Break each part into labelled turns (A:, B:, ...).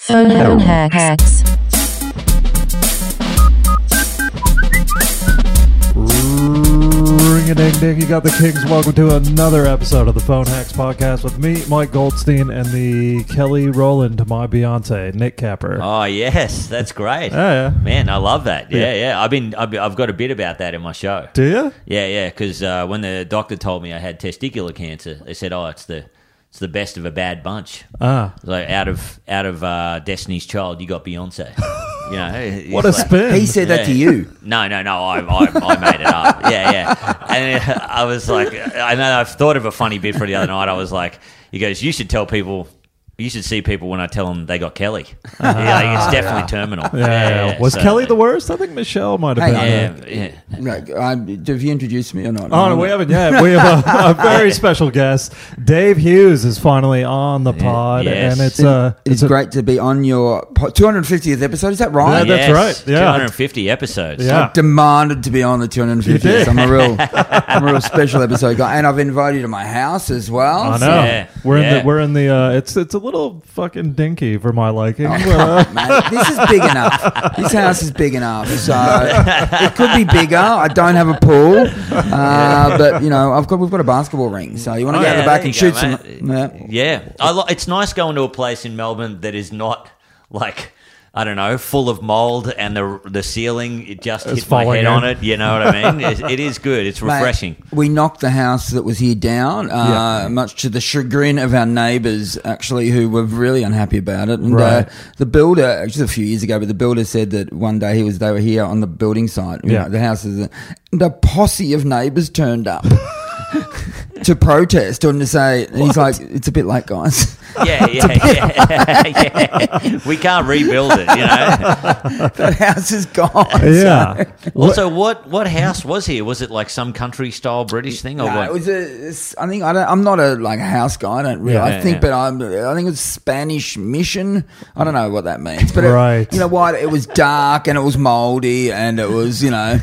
A: Phone home hacks.
B: Ring a ding ding, you got the Kings. Welcome to another episode of the Phone Hacks Podcast with me, Mike Goldstein, and the Kelly Rowland, my Beyonce, Nick Capper.
C: Oh yes, that's great.
B: Oh, yeah.
C: man, I love that. Yeah,
B: Yeah.
C: yeah. I've been, I've, been- I've got a bit about that in my show.
B: Do you?
C: Yeah, yeah. Because uh, when the doctor told me I had testicular cancer, they said, "Oh, it's the, it's the best of a bad bunch."
B: Ah.
C: Like out of out of uh, Destiny's Child, you got Beyonce. you know, it-
B: What a
C: it's like-
B: spin.
D: He said that to
C: Yeah.
D: you.
C: No, no, no. I, I, I made it up. Yeah, yeah. And uh, I was like, I know I've thought of a funny bit for the other night. I was like, he goes, you should tell people. You should see people when I tell them they got Kelly. yeah, like, it's definitely terminal.
B: Ah, Yeah, yeah, yeah. Was
C: so-
B: Kelly the worst? I think Michelle might have
D: Hey,
B: been.
C: Yeah, yeah.
D: No, um, have you introduced me or not?
B: Oh, no, we haven't yet. We have a, a very special guest. Dave Hughes is finally on the pod,
C: yes.
B: and it's
D: It's,
B: uh,
D: it's
B: a-
D: great to be on your po- 250th episode. Is that right?
B: Yeah, that's right. Yeah.
C: 250 episodes.
B: Yeah.
D: I've demanded to be on the 250th. I'm a real, I'm a real special episode guy, and I've invited you to my house as well.
B: I
D: so-
B: know.
C: Yeah,
B: We're in
C: yeah.
B: the we're in the uh, it's it's a little fucking dinky for my liking.
C: Oh,
B: Well,
D: Man, this is big enough. This house is big enough, so it could be bigger. I don't have a pool, uh, but you know, I've got we've got a basketball ring. So you want to
C: Oh,
D: go out
C: yeah,
D: the back
C: there
D: and
C: you
D: shoot
C: go,
D: some?
C: mate.
D: Yeah.
C: Yeah, I lo- it's nice going to a place in Melbourne that is not like I don't know, full of mold, and the the ceiling it just
B: It's
C: hit my
B: falling
C: head
B: in.
C: on it. You know what I mean? It, it is good. It's
D: Mate,
C: refreshing.
D: we knocked the house that was here down, uh,
B: Yeah.
D: much to the chagrin of our neighbours, actually, who were really unhappy about it. And
B: Right.
D: uh, the builder, actually a few years ago, but the builder said that one day he was they were here on the building site. you
B: Yeah.
D: know, the house is, and a posse of neighbours turned up. To protest and to say, and he's like, it's a bit late, guys.
C: Yeah, yeah, yeah, yeah. We can't rebuild it. You know.
D: that house is gone.
B: yeah.
C: Also, what what house was here? Was it like some country style British thing or
D: No,
C: what?
D: it was a. it's- I think I don't, I'm not a like a house guy. I don't really.
B: Yeah,
D: I
C: yeah,
D: think,
C: yeah.
D: but I'm. I think it's Spanish mission. I don't know what that means, but
B: Right.
D: It, you know what? It was dark and it was moldy and it was you know,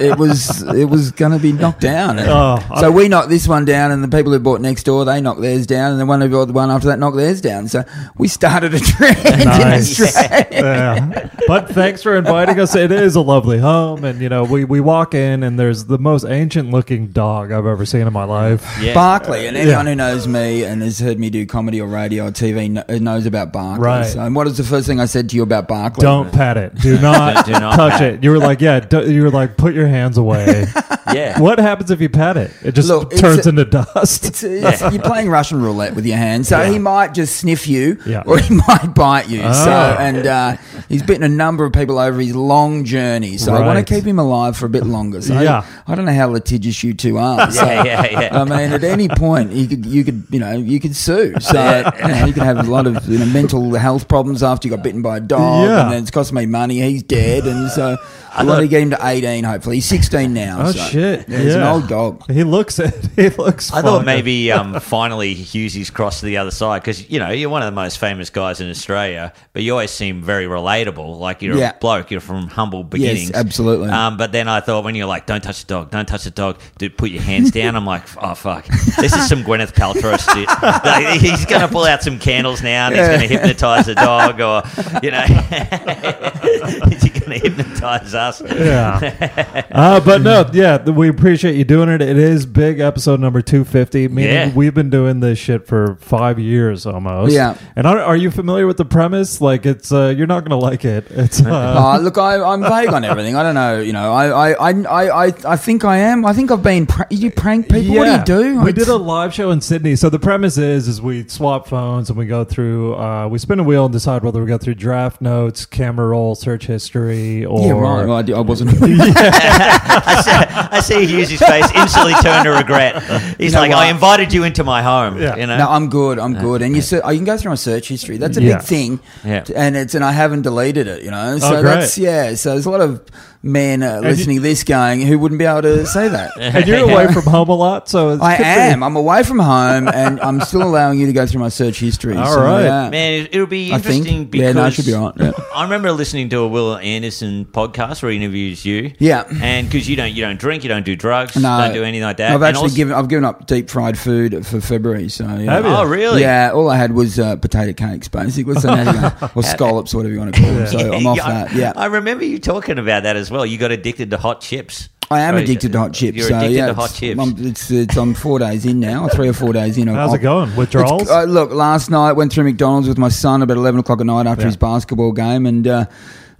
D: it was it was going to be knocked down.
B: Oh,
D: so we knocked this one down, and the people who bought next door they knocked theirs down, and the one who bought the one after that knocked theirs down. So we started a trend in
B: Nice.
D: Australia.
B: yeah. But thanks for inviting us. It is a lovely home, and you know we, we walk in and there's the most ancient looking dog I've ever seen in my life.
C: yeah.
D: Barclay, and anyone
B: Yeah.
D: who knows me and has heard me do comedy or radio or TV kn- knows about Barclay.
B: Right.
D: So, and what is the first thing I said to you about Barclay?
B: Don't pet it. Do not,
C: Do not
B: touch
C: pet
B: it. You were like, yeah. Do, you were like, put your hands away.
C: yeah.
B: what happens if you pet it? It just
D: Look, it's
B: turns
D: a-
B: into dust.
D: It's, it's, You're playing Russian roulette with your hand, so he might just sniff you,
B: Yeah.
D: or he might bite you. So,
B: Ah.
D: and uh, he's bitten a number of people over his long journey. So I
B: Right.
D: want to keep him alive for a bit longer. So
B: Yeah.
D: I don't know how litigious you two are. So,
C: Yeah, yeah, yeah.
D: I mean, at any point you could, you could, you know, you could sue. So you, know, you could have a lot of you know, mental health problems after you got bitten by a dog,
B: Yeah.
D: and then it's cost me money. He's dead, and so I want to get him to 18. Hopefully, he's 16 now.
B: Oh
D: so.
B: shit!
D: Yeah, he's an old dog.
B: He looks it. He looks.
C: I thought
B: fine.
C: maybe um, finally Hughesy's crossed to the other side because you know you're one of the most famous guys in Australia, but you always seem very relatable. Like you're
D: Yeah.
C: a bloke, you're from humble beginnings,
D: absolutely.
C: Um, but then I thought when you're like, "Don't touch the dog, don't touch the dog," dude, put your hands down. I'm like, "Oh fuck, this is some Gwyneth Paltrow shit." Like, he's gonna pull out some candles now, and he's gonna hypnotize the dog, or you know, he's gonna hypnotize us.
B: yeah. Uh, but no, yeah, th- we appreciate you doing it. It is big episode number 250, meaning
C: Yeah.
B: we've been doing this shit for five years almost.
D: Yeah.
B: And are, are you familiar with the premise? Like, it's, uh, you're not going to like it. It's, uh,
D: Uh, look, I, I'm vague on everything. I don't know. You know, I, I, I, I, I think I am. I think I've been. Pr- you prank people. What do you do?
B: We
D: I-
B: did a live show in Sydney. So the premise is, is we swap phones and we go through, uh, we spin a wheel and decide whether we go through draft notes, camera roll, search history, or
D: Yeah, right. Well, I, do- I wasn't.
C: I see, I see Hughes' face instantly turn to regret. He's
D: know
C: like,
D: what?
C: I invited you into my home.
B: Yeah.
C: You know?
D: no, I'm good. I'm good. And you, ser- oh, you can go through my search history. That's a
B: Yeah.
D: big thing.
C: Yeah.
D: And it's and I haven't deleted it. You know.
B: Oh,
D: So
B: great.
D: that's yeah. So there's a lot of men uh, listening to this going who wouldn't be able to say that.
B: and you're away from home a lot. So it's
D: I
B: good for you.
D: am. I'm away from home, and I'm still allowing you to go through my search history.
B: All
D: so,
B: right.
D: yeah.
C: Man, it, it'll be
D: I
C: interesting
D: think.
C: because
D: Yeah, no, I should be all right. Yeah.
C: I remember listening to a Will and Anderson podcast where he interviews you.
D: Yeah.
C: and because you don't you don't drink, you don't do drugs,
D: No.
C: don't do anything like that.
D: I've
C: And
D: actually
C: also-
D: given I've given up deep fried food for February. So yeah.
B: Have you?
C: Oh, really?
D: Yeah, all I had was uh, potato cakes, basically, so now you go- or scallops, whatever you want to call them. So I'm off
C: Yeah, I-
D: that. Yeah,
C: I remember you talking about that as well. You got addicted to hot chips.
D: I am
C: Right.
D: addicted to hot chips.
C: You're
D: so,
C: addicted
D: yeah,
C: to hot
D: it's-
C: chips.
D: I'm, it's, it's, I'm four days in now, three or four days in.
B: How's
D: I'll-
B: it going?
D: It's-
B: Withdrawals?
D: uh, look, last night went through McDonald's with my son about eleven o'clock at night after
B: Yeah.
D: his basketball game, and uh,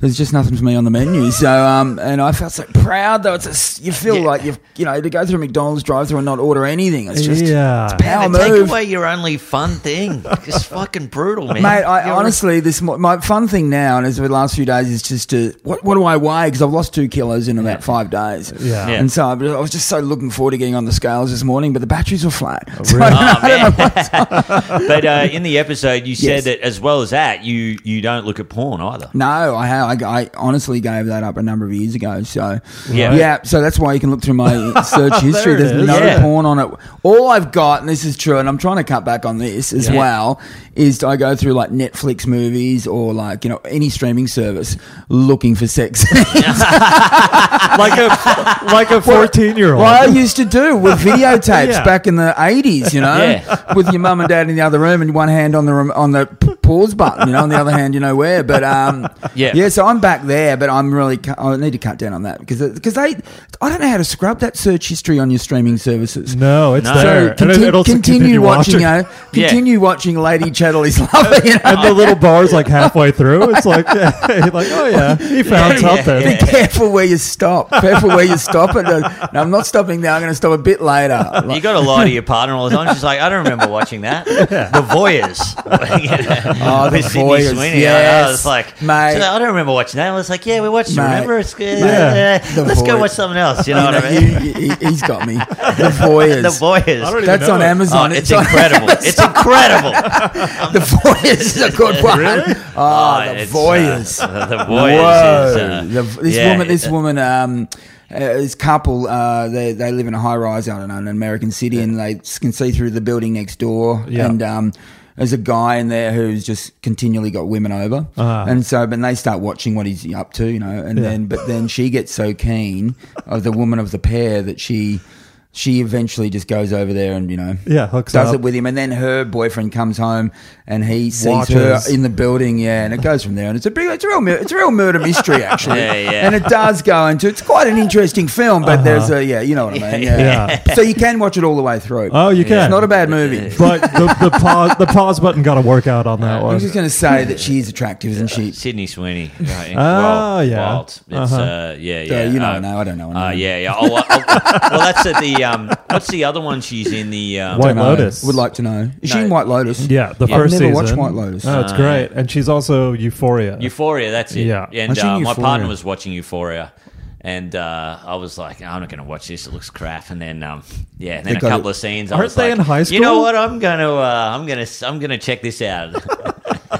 D: there's just nothing for me on the menu. So, um, and I felt so proud though. It's a s you feel
C: Yeah.
D: like you have you know to go through a McDonald's drive-through and not order anything. It's just
B: yeah.
D: it's power
C: Man, Take
D: move.
C: away your only fun thing. It's fucking brutal, man.
D: Mate, I
C: You're-
D: honestly, this mo- my fun thing now, and over the last few days, is just to what, what do I weigh? Because I've lost two kilos in about five days.
B: Yeah.
C: Yeah.
D: And so I I was just so looking forward to getting on the scales this morning, but the batteries were flat. So
B: really?
D: I,
C: Oh, man. but uh, in the episode, you said
D: Yes.
C: that as well as that, you you don't look at porn either.
D: no, I, ha- I I honestly gave that up a number of years ago. So
C: Yeah.
D: yeah. So that's why you can look through my search
B: There
D: history.
B: it
D: There's
B: is.
D: no
C: Yeah.
D: porn on it. All I've got, and this is true, and I'm trying to cut back on this as
C: Yeah.
D: well, is I go through like Netflix movies or like you know any streaming service looking for sex.
B: like a like a fourteen year
D: Well, I
B: old.
D: used to do with videotapes
B: Yeah.
D: back in the eighties, you know,
C: Yeah.
D: with your mum and dad in the other room and one hand on the rem- on the p- pause button, you know, on the other hand, you know where. But um,
C: Yeah.
D: yeah. So I'm back there, but I'm really cu- I need to cut down on that because because they I don't know how to scrub that search history on your streaming services.
B: No, it's
C: No.
B: there.
D: So
B: And it-
D: conti-
B: it'll
D: continue, watching, you
B: watching.
D: know,
C: Yeah.
D: continue watching Lady Chatterley's Lover. You know?
B: and the little bar's like halfway through. It's like, like oh yeah, he found
C: Yeah,
B: something.
C: yeah,
D: Be careful where you stop. Careful where you stop. And uh, no, I'm not stopping now. I'm going to stop a bit later.
C: You got to lie to your partner all the time. She's like, I don't remember watching that. The Voyeurs.
D: Oh, The
C: With Sydney
D: Voyeurs,
C: Sweeney. I
D: yes.
C: was like,
D: Mate.
C: she's like, I don't remember watching that. I was like, yeah, we watched it.
D: Mate.
C: Remember? It's good.
B: Yeah.
C: Uh,
D: The
C: let's go
D: Voyeurs.
C: watch something else. You know what I
D: You-
C: mean?
D: you- he- he's got me. The voyeurs.
C: The Voyeurs.
B: I don't even
D: That's
B: know
D: on
B: it.
D: Amazon.
C: Oh, it's,
D: on-
C: incredible. it's incredible.
D: the voyeurs is a good one. Oh, the
C: it's, uh,
D: voyeurs.
C: the Voyeurs. is, uh,
D: Whoa. The- this
C: yeah,
D: woman. This
C: it-
D: woman. Um, uh, this couple, uh, they, they live in a high rise out in an American city and they s- can see through the building next door.
B: Yeah.
D: And um, there's a guy in there who's just continually got women over.
C: Uh-huh.
B: Ah.
D: And so, but they start watching what he's up to, you know. And
B: Yeah.
D: then, but then she gets so keen of the woman of the pair that she. She eventually just goes over there and, you know,
B: Yeah, hooks
D: does
B: up.
D: it with him, and then her boyfriend comes home and he sees
B: Watches.
D: her in the building, yeah, and it goes from there. And it's a big, it's a real, mur- it's a real murder mystery actually,
C: Yeah, yeah.
D: and it does go into. It's quite an interesting film, but there's a yeah, you know what I mean, yeah.
B: Yeah.
D: So you can watch it all the way through.
B: Oh, you can.
D: It's not a bad movie.
B: But the, the pause the pause button got to work out on that
D: I
B: one.
D: was Uh, just going to say that she is attractive, isn't she?
C: Sydney Sweeney. Right?
B: Ah,
C: Wild,
B: yeah.
C: Wild. It's,
B: Uh-huh.
C: uh, yeah, yeah.
D: So you know,
C: Uh,
D: no, I don't know.
C: Uh, yeah, yeah. Oh, well, oh, well, that's at the. Um, what's the other one she's in? The um,
B: White
D: Don't know.
B: Lotus.
D: Would like to know. Is she
C: No.
D: in White Lotus?
B: yeah, the
D: I've
B: first season.
D: never watched White Lotus.
B: Oh, it's
C: Uh,
B: great, and she's also Euphoria.
C: Euphoria. That's it.
B: Yeah.
C: And
D: I've seen
C: uh, my
D: Euphoria.
C: partner was watching Euphoria. And uh, I was like, I'm not going to watch this. It looks crap. And then, um, yeah, and then
D: They
C: a
D: got
C: couple
D: it.
C: of scenes. I
B: Aren't
C: was
B: they
C: like,
B: in high
C: You know
B: school?
C: what? I'm gonna, uh, I'm gonna, I'm gonna check this out.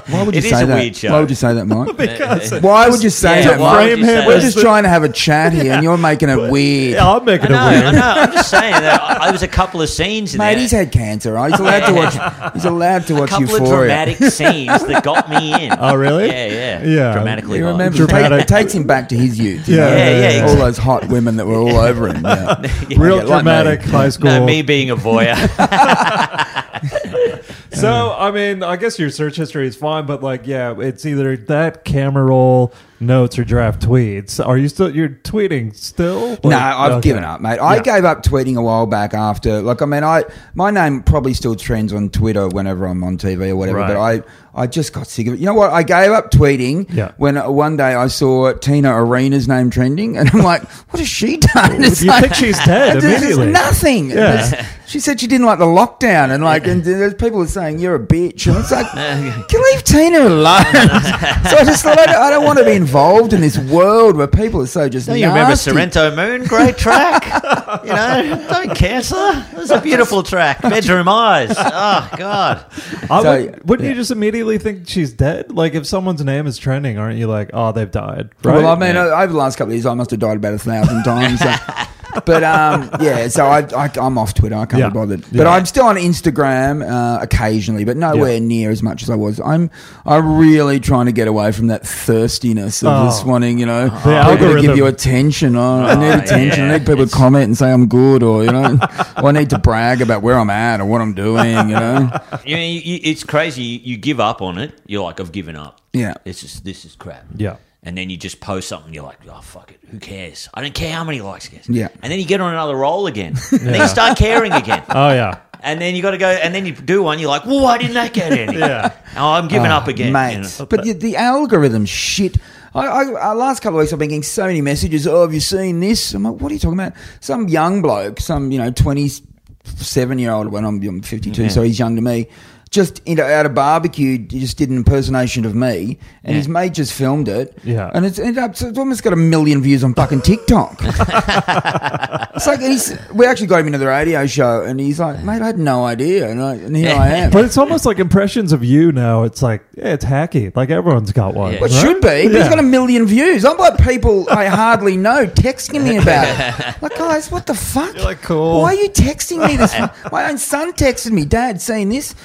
D: Why would you
C: It is
D: say
C: a
D: that?
C: weird show.
D: Why would you say that, Mike?
B: because
D: Why would you say
C: Yeah,
D: that,
C: why would
D: Mike?
B: frame
C: you say
B: him
C: that?
D: We're just trying to have a chat here, and you're making it weird.
B: yeah, I'm
C: I
B: making
C: know,
B: it
C: I
B: weird.
C: know. I'm just saying that. I, I was a couple of scenes in
D: Mate,
C: there.
D: he's had cancer. Right? He's allowed to watch. He's allowed to
C: a
D: watch
C: couple of
D: Euphoria.
C: dramatic scenes that got me in.
B: Oh, really?
C: Yeah, yeah,
B: Yeah.
C: Dramatically,
D: You
C: violent.
D: remember?
B: Dramatic.
D: It take- takes him back to his youth. you
B: Yeah,
D: know?
B: yeah, yeah,
C: yeah.
D: All those hot women that were all over him. Yeah.
B: Real
D: Yeah, like
B: dramatic
D: me.
B: high school.
C: No, me being a voyeur.
B: So I mean, I guess your search history is fine, but like, yeah, it's either that camera roll, notes, or draft tweets. Are you still you're tweeting still?
D: No,
B: Like,
D: I've
B: okay.
D: given up, mate. I
B: Yeah.
D: gave up tweeting a while back after. Like, I mean, I my name probably still trends on Twitter whenever I'm on TV or whatever.
B: Right.
D: But I, I just got sick of it. You know what? I gave up tweeting
B: Yeah.
D: when uh, one day I saw Tina Arena's name trending, and I'm like, what has she done? It's
B: You
D: like-
B: think she's dead
D: And there's just
B: immediately?
D: nothing.
B: Yeah.
D: There's- She said she didn't like the lockdown, and like, and there's people are saying you're a bitch, and it's like, can you leave Tina alone. so I just thought I don't, I don't want to be involved in this world where people are so just.
C: Don't you remember
D: nasty.
C: Sorrento Moon? Great track. You know, don't cancel. It was a beautiful track. Bedroom Eyes. Oh God.
B: I
D: So,
B: would, wouldn't you
D: yeah.
B: just immediately think she's dead? Like if someone's name is trending, aren't you like, oh, they've died? Right?
D: Well, I mean,
C: Yeah.
D: uh over the last couple of years, I must have died about a thousand times. so- But um, yeah, so I, I, I'm off Twitter. I can't
B: Yeah.
D: be bothered. But
B: Yeah.
D: I'm still on Instagram uh, occasionally, but nowhere
B: Yeah.
D: near as much as I was. I'm I'm really trying to get away from that thirstiness of
B: Oh.
D: just wanting, you know,
B: The
D: people to
B: algorithm.
D: give you attention. Oh, I
C: Oh,
D: need attention.
C: yeah.
D: I need people to
C: It's-
D: comment and say I'm good, or you know, or I need to brag about where I'm at or what I'm doing. You know,
C: You know, you, you, it's crazy. You, you give up on it. You're like, I've given up.
D: Yeah.
C: It's just this is crap.
B: Yeah.
C: And then you just post something. You're like, oh fuck it. Who cares? I don't care how many likes it gets.
D: Yeah.
C: And then you get on another roll again. And then
B: Yeah.
C: you start caring again.
B: Oh yeah.
C: And then you got to go. And then you do one. You're like, well, why didn't that get any?
B: Yeah.
C: Oh, I'm giving up
D: Oh,
C: again.
D: mate.
C: You know?
D: But the, the algorithm shit. I, I, I uh, last couple of weeks I've been getting so many messages. Oh, have you seen this? I'm like, what are you talking about? Some young bloke, some you know twenty seven year old. When I'm, I'm fifty two, so he's young to me. Just you know, at a barbecue, he just did an impersonation of me, and his mate just filmed it.
B: Yeah.
D: and it's ended up it's almost got a million views on fucking TikTok. it's like he's, we actually got him into the radio show, and he's like, "Mate, I had no idea," and, I, and here I am.
B: But it's almost like impressions of you now. It's like yeah, it's hacky. Like everyone's got one.
C: Yeah.
D: Well, it
B: right?
D: should be. But
B: Yeah.
D: He's got a million views. I'm like people I hardly know texting me about it. Like, guys, what the fuck?
B: You're like, cool.
D: Why are you texting me this? fu- My own son texted me, Dad, seen this?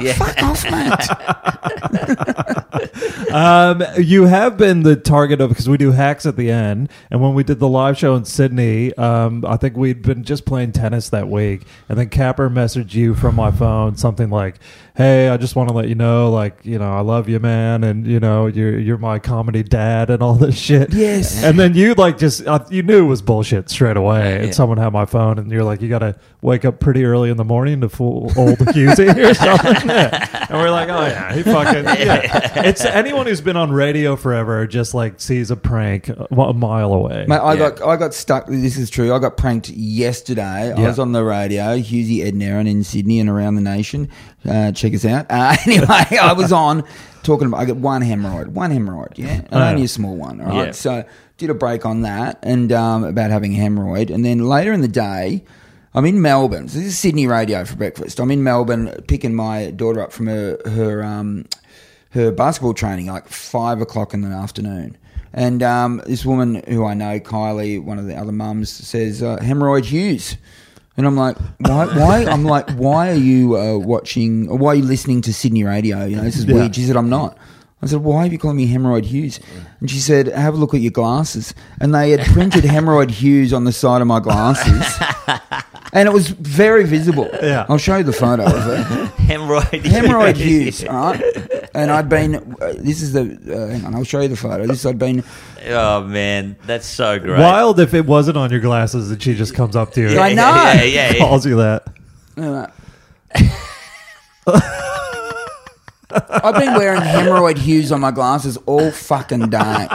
C: Yeah.
D: Fuck off, mate.
B: Um, you have been the target of because we do hacks at the end, and when we did the live show in Sydney, um, I think we'd been just playing tennis that week, and then Capper messaged you from my phone something like, "Hey, I just want to let you know, like, you know, I love you, man, and you know, you're you're my comedy dad and all this shit."
D: Yes.
B: And then you like just uh, you knew it was bullshit straight away, and someone had my phone, and you're like, "You gotta wake up pretty early in the morning to fool old QZ or something," Yeah. and we're like, "Oh yeah, he fucking yeah." It's anyone who's been on radio forever just like sees a prank a a mile away.
D: Mate, I
C: Yeah.
D: got I got stuck. This is true. I got pranked yesterday. I
B: Yeah.
D: was on the radio, Husey Ed and Aaron in Sydney and around the nation. Uh, check us out. Uh, anyway, I was on talking about. I got one hemorrhoid, one hemorrhoid, yeah, and
B: Oh.
D: only a small one. all Right,
C: Yeah.
D: so did a break on that and um, about having a hemorrhoid, and then later in the day. I'm in Melbourne. So this is Sydney radio for breakfast. I'm in Melbourne picking my daughter up from her her um, her basketball training like five o'clock in the afternoon. And um, this woman who I know, Kylie, one of the other mums, says uh, hemorrhoid Hughes. And I'm like, why? Why? I'm like, why are you uh, watching? Or why are you listening to Sydney radio? You know, this is
B: Yeah.
D: weird. She said, I'm not. I said, why are you calling me hemorrhoid Hughes? And she said, have a look at your glasses. And they had printed hemorrhoid Hughes on the side of my glasses, and it was very visible.
B: Yeah.
D: I'll show you the photo of it
C: hemorrhoid.
D: hemorrhoid Hughes, all right? And I'd been, uh, this is the, uh, hang on, I'll show you the photo. This, I'd been,
C: Oh man, that's so great.
B: Wild if it wasn't on your glasses that she just comes up to you,
D: Yeah, I
B: and
D: know.
C: Yeah, yeah, yeah.
B: calls you that.
D: uh, I've been wearing hemorrhoid Hughes on my glasses all fucking day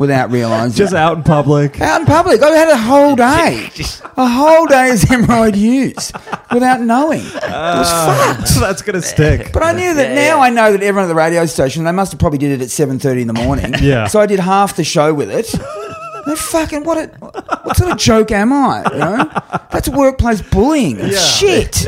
D: without realizing.
B: Just
D: it.
B: out in public.
D: out in public. I've had a whole day.
C: Just-
D: A whole day as hemorrhoid Hughes without knowing.
B: so that's gonna stick.
D: But I knew that
C: Yeah,
D: now
C: yeah.
D: I know that everyone at the radio station, they must have probably did it at 7.30 in the morning.
B: Yeah.
D: So I did half the show with it. They fucking, what a, what sort of joke am I? You know? That's workplace bullying. It's
B: Yeah.
D: uh, Shit.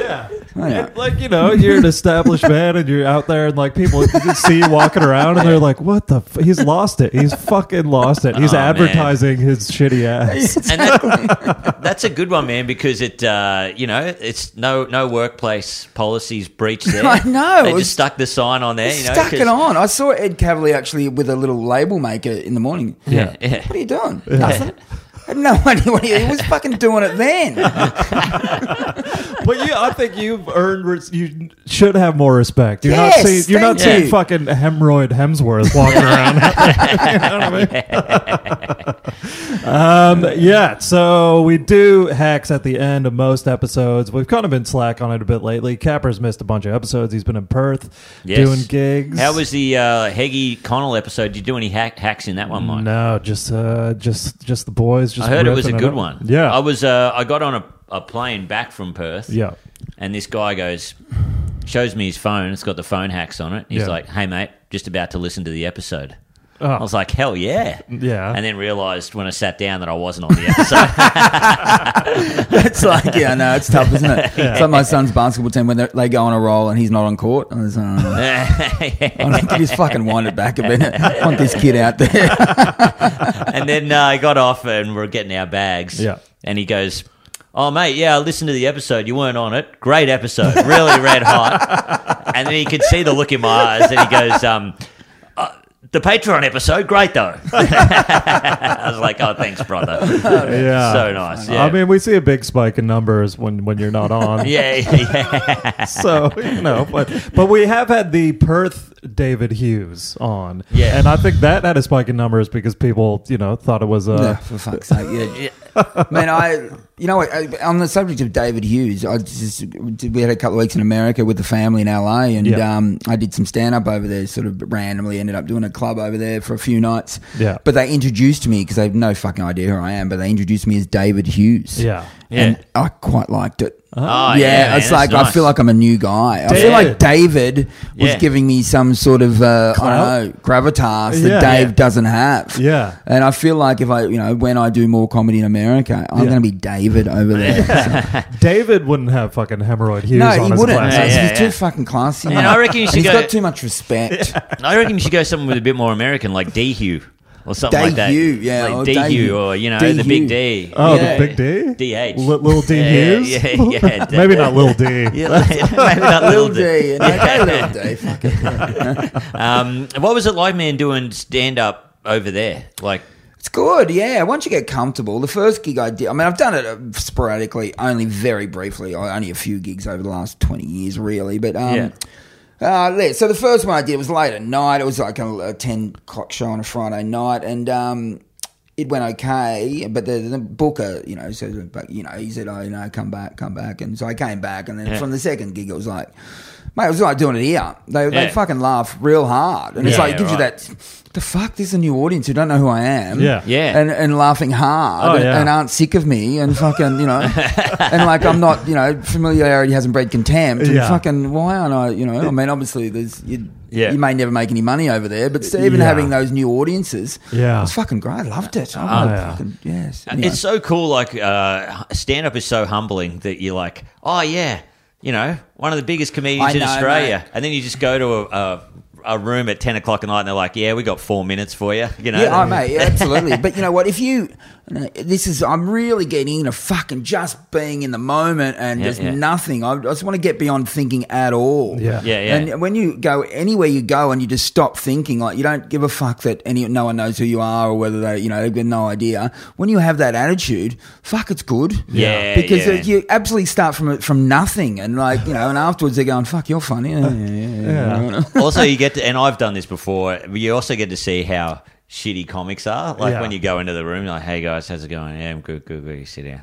D: Anyway.
B: And, like you know, you're an established man, and you're out there, and like people you can see you walking around, and they're like, "What the? F- he's lost it. He's fucking lost it. He's
C: Oh, man.
B: advertising his shitty ass."
C: And that, that's a good one, man, because it, uh, you know, it's no no workplace policies breached there.
D: I know, it
C: They
D: was-
C: just stuck the sign on there. You know,
D: Stuck it
C: 'cause-
D: on. I saw Ed Cavalier actually with a little label maker in the morning.
B: Yeah.
C: Yeah.
D: What are you doing? Nothing. I had no idea what he, he was fucking doing it then.
B: but you, I think you've earned. Res- you should have more respect. You're
D: Yes,
B: not seeing. You're not
D: thank
B: seeing
D: you.
B: fucking hemorrhoid Hemsworth walking around. You know what I mean? um, yeah. So we do hacks at the end of most episodes. We've kind of been slack on it a bit lately. Capper's missed a bunch of episodes. He's been in Perth
C: Yes.
B: doing gigs.
C: How was the uh, Heggie Connell episode? Did you do any hack- hacks in that one, Mike?
B: No, just uh, just just the boys. Just
C: I heard it was a
B: ripping
C: good
B: up.
C: one.
B: Yeah,
C: I was. Uh, I got on a, a plane back from Perth.
B: yeah.
C: And this guy goes, shows me his phone. It's got the phone hacks on it. He's
B: Yeah.
C: like, "Hey, mate, just about to listen to the episode."
B: Oh.
C: I was like, "Hell yeah!"
B: Yeah.
C: And then realized when I sat down that I wasn't on the episode.
D: It's like, yeah, no, it's tough, isn't it? It's like my son's basketball team when they're- they go on a roll and he's not on court. I was, uh, I'm like, "Can you just fucking wind it back a bit. I want this kid out there.
C: and then uh, I got off and we're getting our bags.
B: Yeah.
C: and he goes, "Oh mate, yeah, I listened to the episode. You weren't on it. Great episode, really red hot." And then he could see the look in my eyes, and he goes, um, uh, "The Patreon episode, great though." I was like, "Oh, thanks, brother.
B: Yeah.
C: so nice." Yeah.
B: I mean, we see a big spike in numbers when, when you're not on.
C: yeah, yeah.
B: So you know, but but we have had the Perth David Hughes on.
C: Yeah.
B: And I think that had a spike in numbers because people you know thought it was a.
D: Yeah, Uh, for fuck's sake, yeah. Man, I, you know, what, I, on the subject of David Hughes, I just we had a couple of weeks in America with the family in LA, and
B: Yeah.
D: um, I did some stand up over there. Sort of randomly ended up doing a club over there for a few nights.
B: Yeah.
D: but they introduced me because they have no fucking idea who I am, but they introduced me as David Hughes.
B: Yeah.
D: and I quite liked it.
C: Oh,
D: yeah,
C: man,
D: it's
C: that's
D: like I
C: nice.
D: feel like I'm a new guy. I feel
B: David.
D: like David was
C: Yeah.
D: giving me some sort of uh, I
B: Clout?
D: don't know gravitas that
B: Yeah.
D: Dave
B: Yeah.
D: doesn't have.
B: Yeah.
D: and I feel like if I you know when I do more comedy in America, I'm
B: Yeah.
D: going to be David over there.
B: David wouldn't have fucking hemorrhoid Hughes
D: no,
B: on
D: he
B: his
D: wouldn't.
B: glasses.
C: Yeah,
D: he's
C: yeah,
D: too
C: yeah.
D: fucking classy.
C: Man,
D: mate.
C: I reckon you
D: And
C: should
D: he's
C: go-
D: got too much respect.
C: I reckon you should go something with a bit more American, like D Hugh or something like that.
D: Dehue, yeah, oh, or
C: like D
D: Dehue.
C: Hugh or you know the
D: Dehue.
C: big D.
B: Oh,
D: Yeah.
B: the big D?
C: DH.
B: Li- little D
C: Yeah,
B: Hughes?
C: yeah, yeah.
B: Maybe not little D.
C: Yeah, maybe not little
D: Little D,
C: D.
D: and okay, little D, fuck it.
C: Um, what was it like, man, doing stand up over there? Like,
D: It's good, yeah. Once you get comfortable, the first gig I did, I mean, I've done it uh, sporadically, only very briefly, uh, only a few gigs over the last 20 years, really. But, um,
C: Yeah.
D: uh, le- so the first one I did was late at night. It was like a, a 10 o'clock show on a Friday night. And, um, it went okay, but the, the booker, you know, says, but, you know, he said, oh, you know, come back, come back. And so I came back. And then
C: Yeah.
D: from the second gig, it was like, mate, it was like doing it here. They, they
C: Yeah.
D: fucking laugh real hard. And it's
C: Yeah,
D: like, it
C: yeah,
D: gives you
C: right.
D: that, the fuck, there's a new audience who don't know who I am
B: Yeah.
C: Yeah.
D: and, and laughing hard
B: Oh,
D: and-
B: yeah.
D: and aren't sick of me and fucking you know and like I'm not you know familiarity hasn't bred contempt and
B: Yeah.
D: fucking why aren't I you know I mean obviously there's you,
C: Yeah.
D: you may never make any money over there but still, even
B: Yeah.
D: having those new audiences
B: Yeah. Oh,
D: it's fucking great I loved it I wanna
B: yeah.
D: fucking yes Anyway.
C: it's so cool. Like, uh, stand up is so humbling that you're like, oh, yeah, you know, one of the biggest comedians
D: I
C: in
D: know,
C: Australia.
D: mate.
C: And then you just go to a. a a room at 10 o'clock at night and they're like yeah we got four minutes for you you know
D: Yeah, oh, mate, yeah, absolutely. But you know what? If you, this is, I'm really getting into fucking just being in the moment and
C: Yeah,
D: there's
C: yeah.
D: nothing. I, I just want to get beyond thinking at all.
B: Yeah.
C: Yeah, yeah.
D: And when you go anywhere you go and you just stop thinking, like you don't give a fuck that any no one knows who you are or whether they, you know, they've got no idea. When you have that attitude, fuck, it's good.
C: Yeah,
D: because
C: yeah.
D: uh, you absolutely start from from nothing and like you know, and afterwards they're going, fuck, you're funny. Yeah, yeah, yeah, yeah.
B: Yeah.
C: also, you get to, and I've done this before. but You also get to see how shitty comics are. Like
B: Yeah.
C: when you go into the room, you're like, "Hey guys, how's it going? Yeah, I'm good, good, good." You sit down,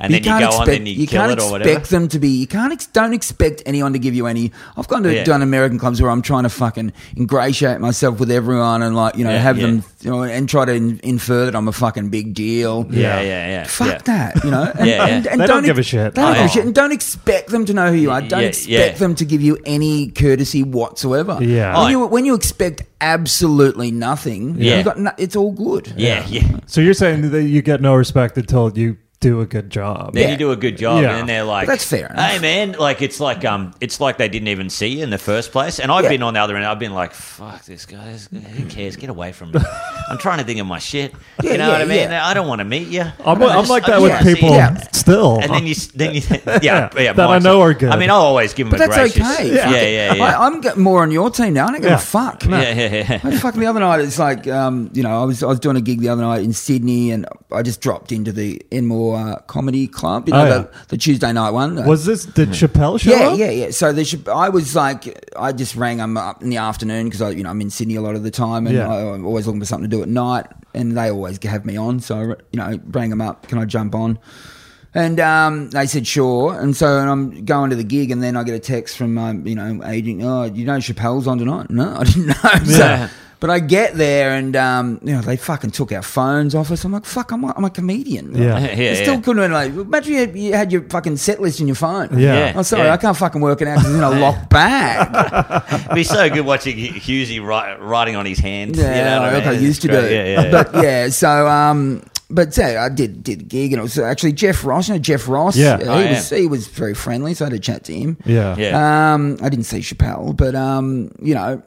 C: and
D: you
C: then you
D: can't
C: go
D: expect,
C: on, then you, kill
D: can't
C: it or
D: expect
C: whatever.
D: them to be. You can't ex- don't expect anyone to give you any. I've gone to
C: Yeah.
D: done American clubs where I'm trying to fucking ingratiate myself with everyone and like you know
C: Yeah,
D: have
C: yeah.
D: them you know, and try to in, infer that I'm a fucking big deal.
B: Yeah.
C: yeah, yeah, yeah.
D: Fuck
C: yeah.
D: that, you know. And,
C: Yeah, yeah.
D: and, and
B: They don't give a shit.
D: They don't
C: Oh,
D: give a
C: yeah.
D: shit, and don't expect them to know who you are. Don't
C: Yeah,
D: expect
C: yeah.
D: them to give you any courtesy whatsoever.
B: Yeah.
D: When
C: Oh,
D: you when you expect absolutely nothing,
C: Yeah.
D: you got no, it's all good.
C: Yeah, yeah.
B: So you're saying that you get no respect until you do a good job.
C: Then
D: Yeah.
C: you do a good job,
B: Yeah.
C: and then they're like,
D: That's fair enough.
C: Hey, man, like it's like um, it's like they didn't even see you in the first place. And I've
D: Yeah.
C: been on the other end. I've been like, "Fuck this guy. this- Who cares? Get away from me." I'm trying to think of my shit.
D: Yeah,
C: you know
D: yeah,
C: what I mean?
D: yeah.
C: I don't want to meet you.
B: I'm,
C: I
B: I'm
C: just-
B: like
C: I
B: that
C: just
B: with
C: wanna see
B: people
C: you.
D: Yeah.
B: still.
C: And then you, then you, yeah, yeah,
B: that I
C: mine's-
B: know are good.
C: I mean, I'll always give them
D: But
C: a
D: that's
C: gracious.
D: okay.
C: Yeah,
D: Fuck
C: yeah,
D: it.
C: yeah, yeah.
D: I, I'm get- more on your team now. I don't give
B: Yeah.
D: a fuck.
C: yeah, yeah, yeah.
D: Mate, fuck the other night. It's like um, you know, I was I was doing a gig the other night in Sydney, and I just dropped into the Enmore uh, Comedy Club. You know,
B: Oh, yeah.
D: the, the Tuesday night one. Uh,
B: was this did Chappelle show
D: yeah,
B: up?
D: yeah, yeah. So there should. I was like, I just rang them up in the afternoon because I, you know, I'm in Sydney a lot of the time, and
B: Yeah.
D: I, I'm always looking for something to do at night, and they always have me on. So I, you know, rang them up. Can I jump on? And um, they said sure, and so and I'm going to the gig, and then I get a text from my, you know, agent. Oh, you know Chappelle's on tonight? No, I didn't know. So-
C: Yeah.
D: but I get there, and um, you know, they fucking took our phones off us. I'm like, fuck, I'm a, I'm a comedian.
B: Yeah.
C: Yeah,
D: I
C: yeah,
D: still
C: yeah.
D: couldn't like imagine you had, you had your fucking set list in your phone.
B: Yeah.
D: I'm sorry,
C: yeah.
D: I can't fucking work it out 'cause it's in a locked bag.
C: It'd be so good watching Hu- Husey wri- writing on his hand.
D: Yeah,
C: you know what I,
D: like
C: mean?
D: I used to
C: It's
D: do.
C: great. Yeah, yeah, yeah.
D: But yeah, so um, but yeah, I did did a gig, and it was uh, actually Jeff Ross. You know Jeff Ross.
B: Yeah.
D: he
C: Oh, yeah.
D: was he was very friendly, so I had a chat to him.
B: Yeah.
C: Yeah.
D: Um, I didn't see Chappelle, but um, you know.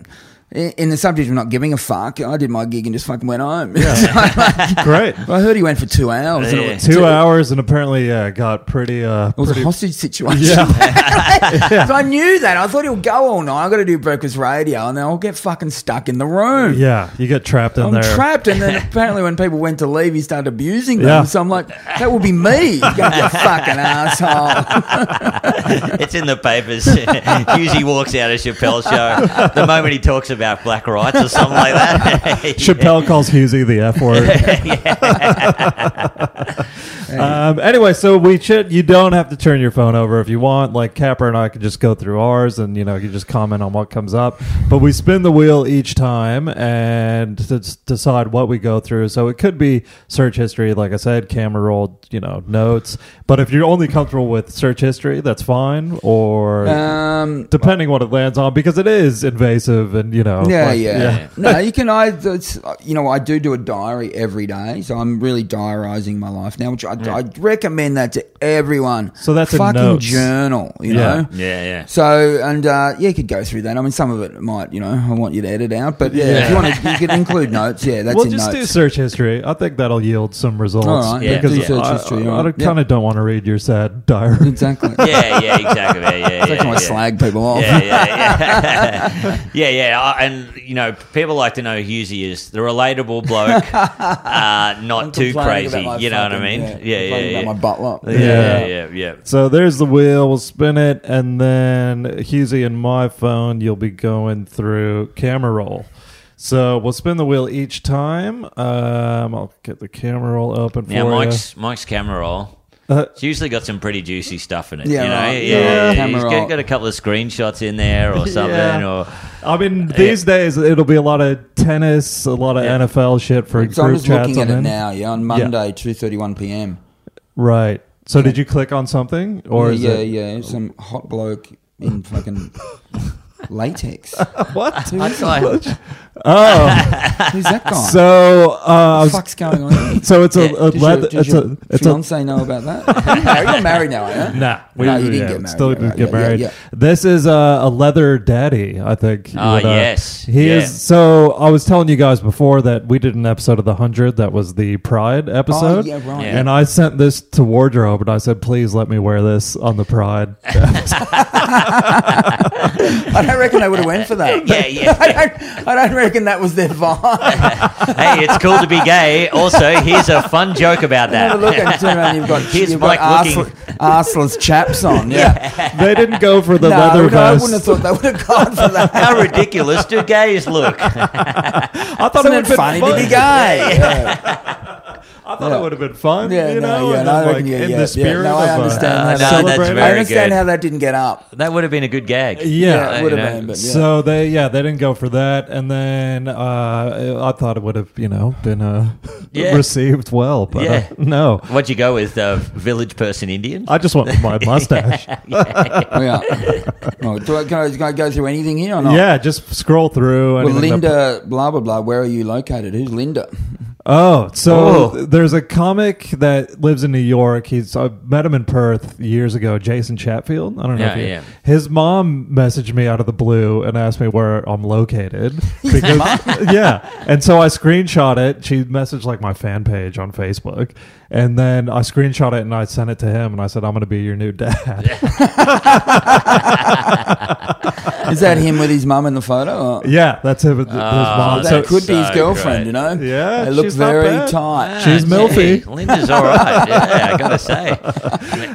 D: in in the subject of not giving a fuck, I did my gig and just fucking went home.
B: Great.
D: I heard he went for two hours. and it
C: Yeah.
D: was-
B: Two hours and apparently yeah, got pretty. Uh,
D: It was
B: pretty
D: a hostage situation.
B: yeah,
D: So I knew that. I thought he'll go all night. I've got to do breakfast radio, and then I'll get fucking stuck in the room.
B: yeah. You get trapped in
D: I'm
B: there.
D: trapped. And then apparently, when people went to leave, he started abusing
B: Yeah.
D: them. So I'm like, that will be me. Go, you fucking asshole.
C: it's in the papers. Usually walks out of Chappelle's show the moment he talks about black rights or something like that.
B: Chappelle calls Husey the F word. um, anyway, so we should. You don't have to turn your phone over if you want. Like Capper and I can just go through ours, and you know, you just comment on what comes up. But we spin the wheel each time and to s- decide what we go through. So it could be search history, like I said, camera roll, you know, notes. But if you're only comfortable with search history, that's fine. Or
D: Um,
B: depending what it lands on, because it is invasive, and you know,
D: yeah,
B: like-
D: yeah, No, you can. I, it's, you know, I do do a diary every day, so I'm really diarizing my life now, which I, I recommend that to everyone.
B: So that's a
D: fucking
B: notes.
D: journal, you
B: Yeah.
D: know.
C: Yeah, yeah.
D: So and uh, yeah, you could go through that. I mean, some of it might, you know, I want you to edit out, but yeah, if you want to, you could include notes. Yeah, that's
B: we'll
D: in
B: just do
D: notes.
B: search history. I think that'll yield some results.
D: All right,
C: yeah,
B: because
C: do
D: search
B: I,
D: history,
B: I,
D: all right.
B: kind of don't want to read your sad diary.
D: exactly.
C: Yeah, yeah, exactly. Yeah, yeah,
D: That's
C: yeah,
D: when I
C: yeah.
D: slag people off.
C: yeah, yeah, yeah, yeah, yeah. I- And you know, people like to know who Husey is the relatable bloke, uh, not
D: I'm
C: too
D: complaining about
C: crazy.
D: my
C: You know what I
D: fucking-
C: mean? Yeah, yeah,
D: complaining
C: yeah.
D: About my butler.
C: yeah, yeah, yeah, yeah.
B: So there's the wheel. We'll spin it, and then Husey and my phone. You'll be going through camera roll. So we'll spin the wheel each time. Um, I'll get the camera roll open for
C: Now,
B: you.
C: Mike's Mike's camera roll.
B: Uh,
C: It's usually got some pretty juicy stuff in it.
D: Yeah,
C: you know,
D: right.
C: yeah,
D: Yeah,
C: yeah,
D: camera
C: He's
D: roll.
C: got, got a couple of screenshots in there or something,
B: Yeah.
C: or
B: I mean, these days it'll be a lot of tennis, a lot of
C: Yeah.
B: NFL shit for
D: So I'm
B: group
D: just
B: chats.
D: looking at
B: I'm
D: it
B: in.
D: now. Yeah, on Monday, two thirty-one p.m.
B: Right. So did you click on something, or
D: yeah,
B: is
D: yeah,
B: it
D: yeah, some hot bloke in fucking latex.
B: what?
C: That's like-
B: Oh,
D: Who's that guy?
B: so uh, I
D: what the
B: was
D: fuck's going on? Here?
B: So it's a,
C: Yeah.
B: a
D: Does
B: leather.
D: your, does
B: It's
D: your
B: a. It's a.
D: fiance know about that? You're married- You're married now, aren't you?
B: Nah,
D: No, you didn't get married,
B: Still
D: yeah,
B: didn't
D: right,
B: get
D: yeah, yeah,
B: married.
D: yeah.
B: This is a, a leather daddy, I think. you
C: Ah,
B: would, uh,
C: yes,
B: He
C: yeah.
B: is. So I was telling you guys before that we did an episode of the hundred that was the Pride episode.
D: Oh, yeah, right.
C: Yeah.
B: And I sent this to wardrobe, and I said, "Please let me wear this on the Pride."
D: I don't reckon they would have went for that.
C: Yeah, yeah.
D: I don't, I don't reckon that was their vibe.
C: hey, it's cool to be gay. Also, here's a fun joke about
D: Have a look
C: that.
D: at turn around. You've got
C: Here's
D: you've
C: Mike
D: got
C: looking.
D: arsel- arseless chaps on. Yeah,
B: they didn't go for the
D: no,
B: leather
D: no, I
B: vest.
D: wouldn't have thought they would have gone for that.
C: How ridiculous do gays look?
B: I thought it would
D: Isn't it
B: have been
D: funny to
B: fun.
D: be gay? Yeah,
B: I thought
D: Yeah.
B: it would have been fun.
D: Yeah,
B: you
D: no,
B: know,
D: yeah,
B: and
D: no, I
B: then, like
D: reckon, yeah,
B: in
D: yeah, yeah.
B: the spirit
D: No, I
B: of uh,
D: understand
C: how that- No, that's
B: celebrating.
D: I
C: very
D: understand
C: good.
D: how that didn't get up.
C: That would have been a good gag.
B: Yeah,
D: it would
C: you
D: have
C: know.
D: been. But yeah.
B: So they yeah they didn't go for that, and then uh, I thought it would have you know been uh,
C: Yeah.
B: received well, but uh,
C: Yeah.
B: no,
C: What'd you go with? The village person Indian?
B: I just want my mustache.
D: yeah. Oh, do I, can, I, can I go through anything here or not?
B: Yeah, just scroll through.
D: Well,
B: And it'll end up-
D: Linda, blah blah blah. Where are you located? Who's Linda?
B: Oh, so
C: Oh.
B: th- there's a comic that lives in New York. He's I met him in Perth years ago. Jason Chatfield. I don't know.
C: Yeah,
B: if you,
C: yeah.
B: His mom messaged me out of the blue and asked me where I'm located. Because, yeah, and so I screenshot it. She messaged like my fan page on Facebook, and then I screenshot it and I sent it to him and I said I'm going to be your new dad.
D: Is that him with his mum in the photo? Or?
B: yeah, that's him.
C: Oh,
B: with th- His mom.
D: That
B: So,
D: could be his
C: so
D: girlfriend,
C: great.
D: you know.
B: Yeah,
D: they look
B: she's not
D: very
B: bad.
D: tight.
B: She's milfy.
C: gee, Linda's all right. Yeah, I gotta say.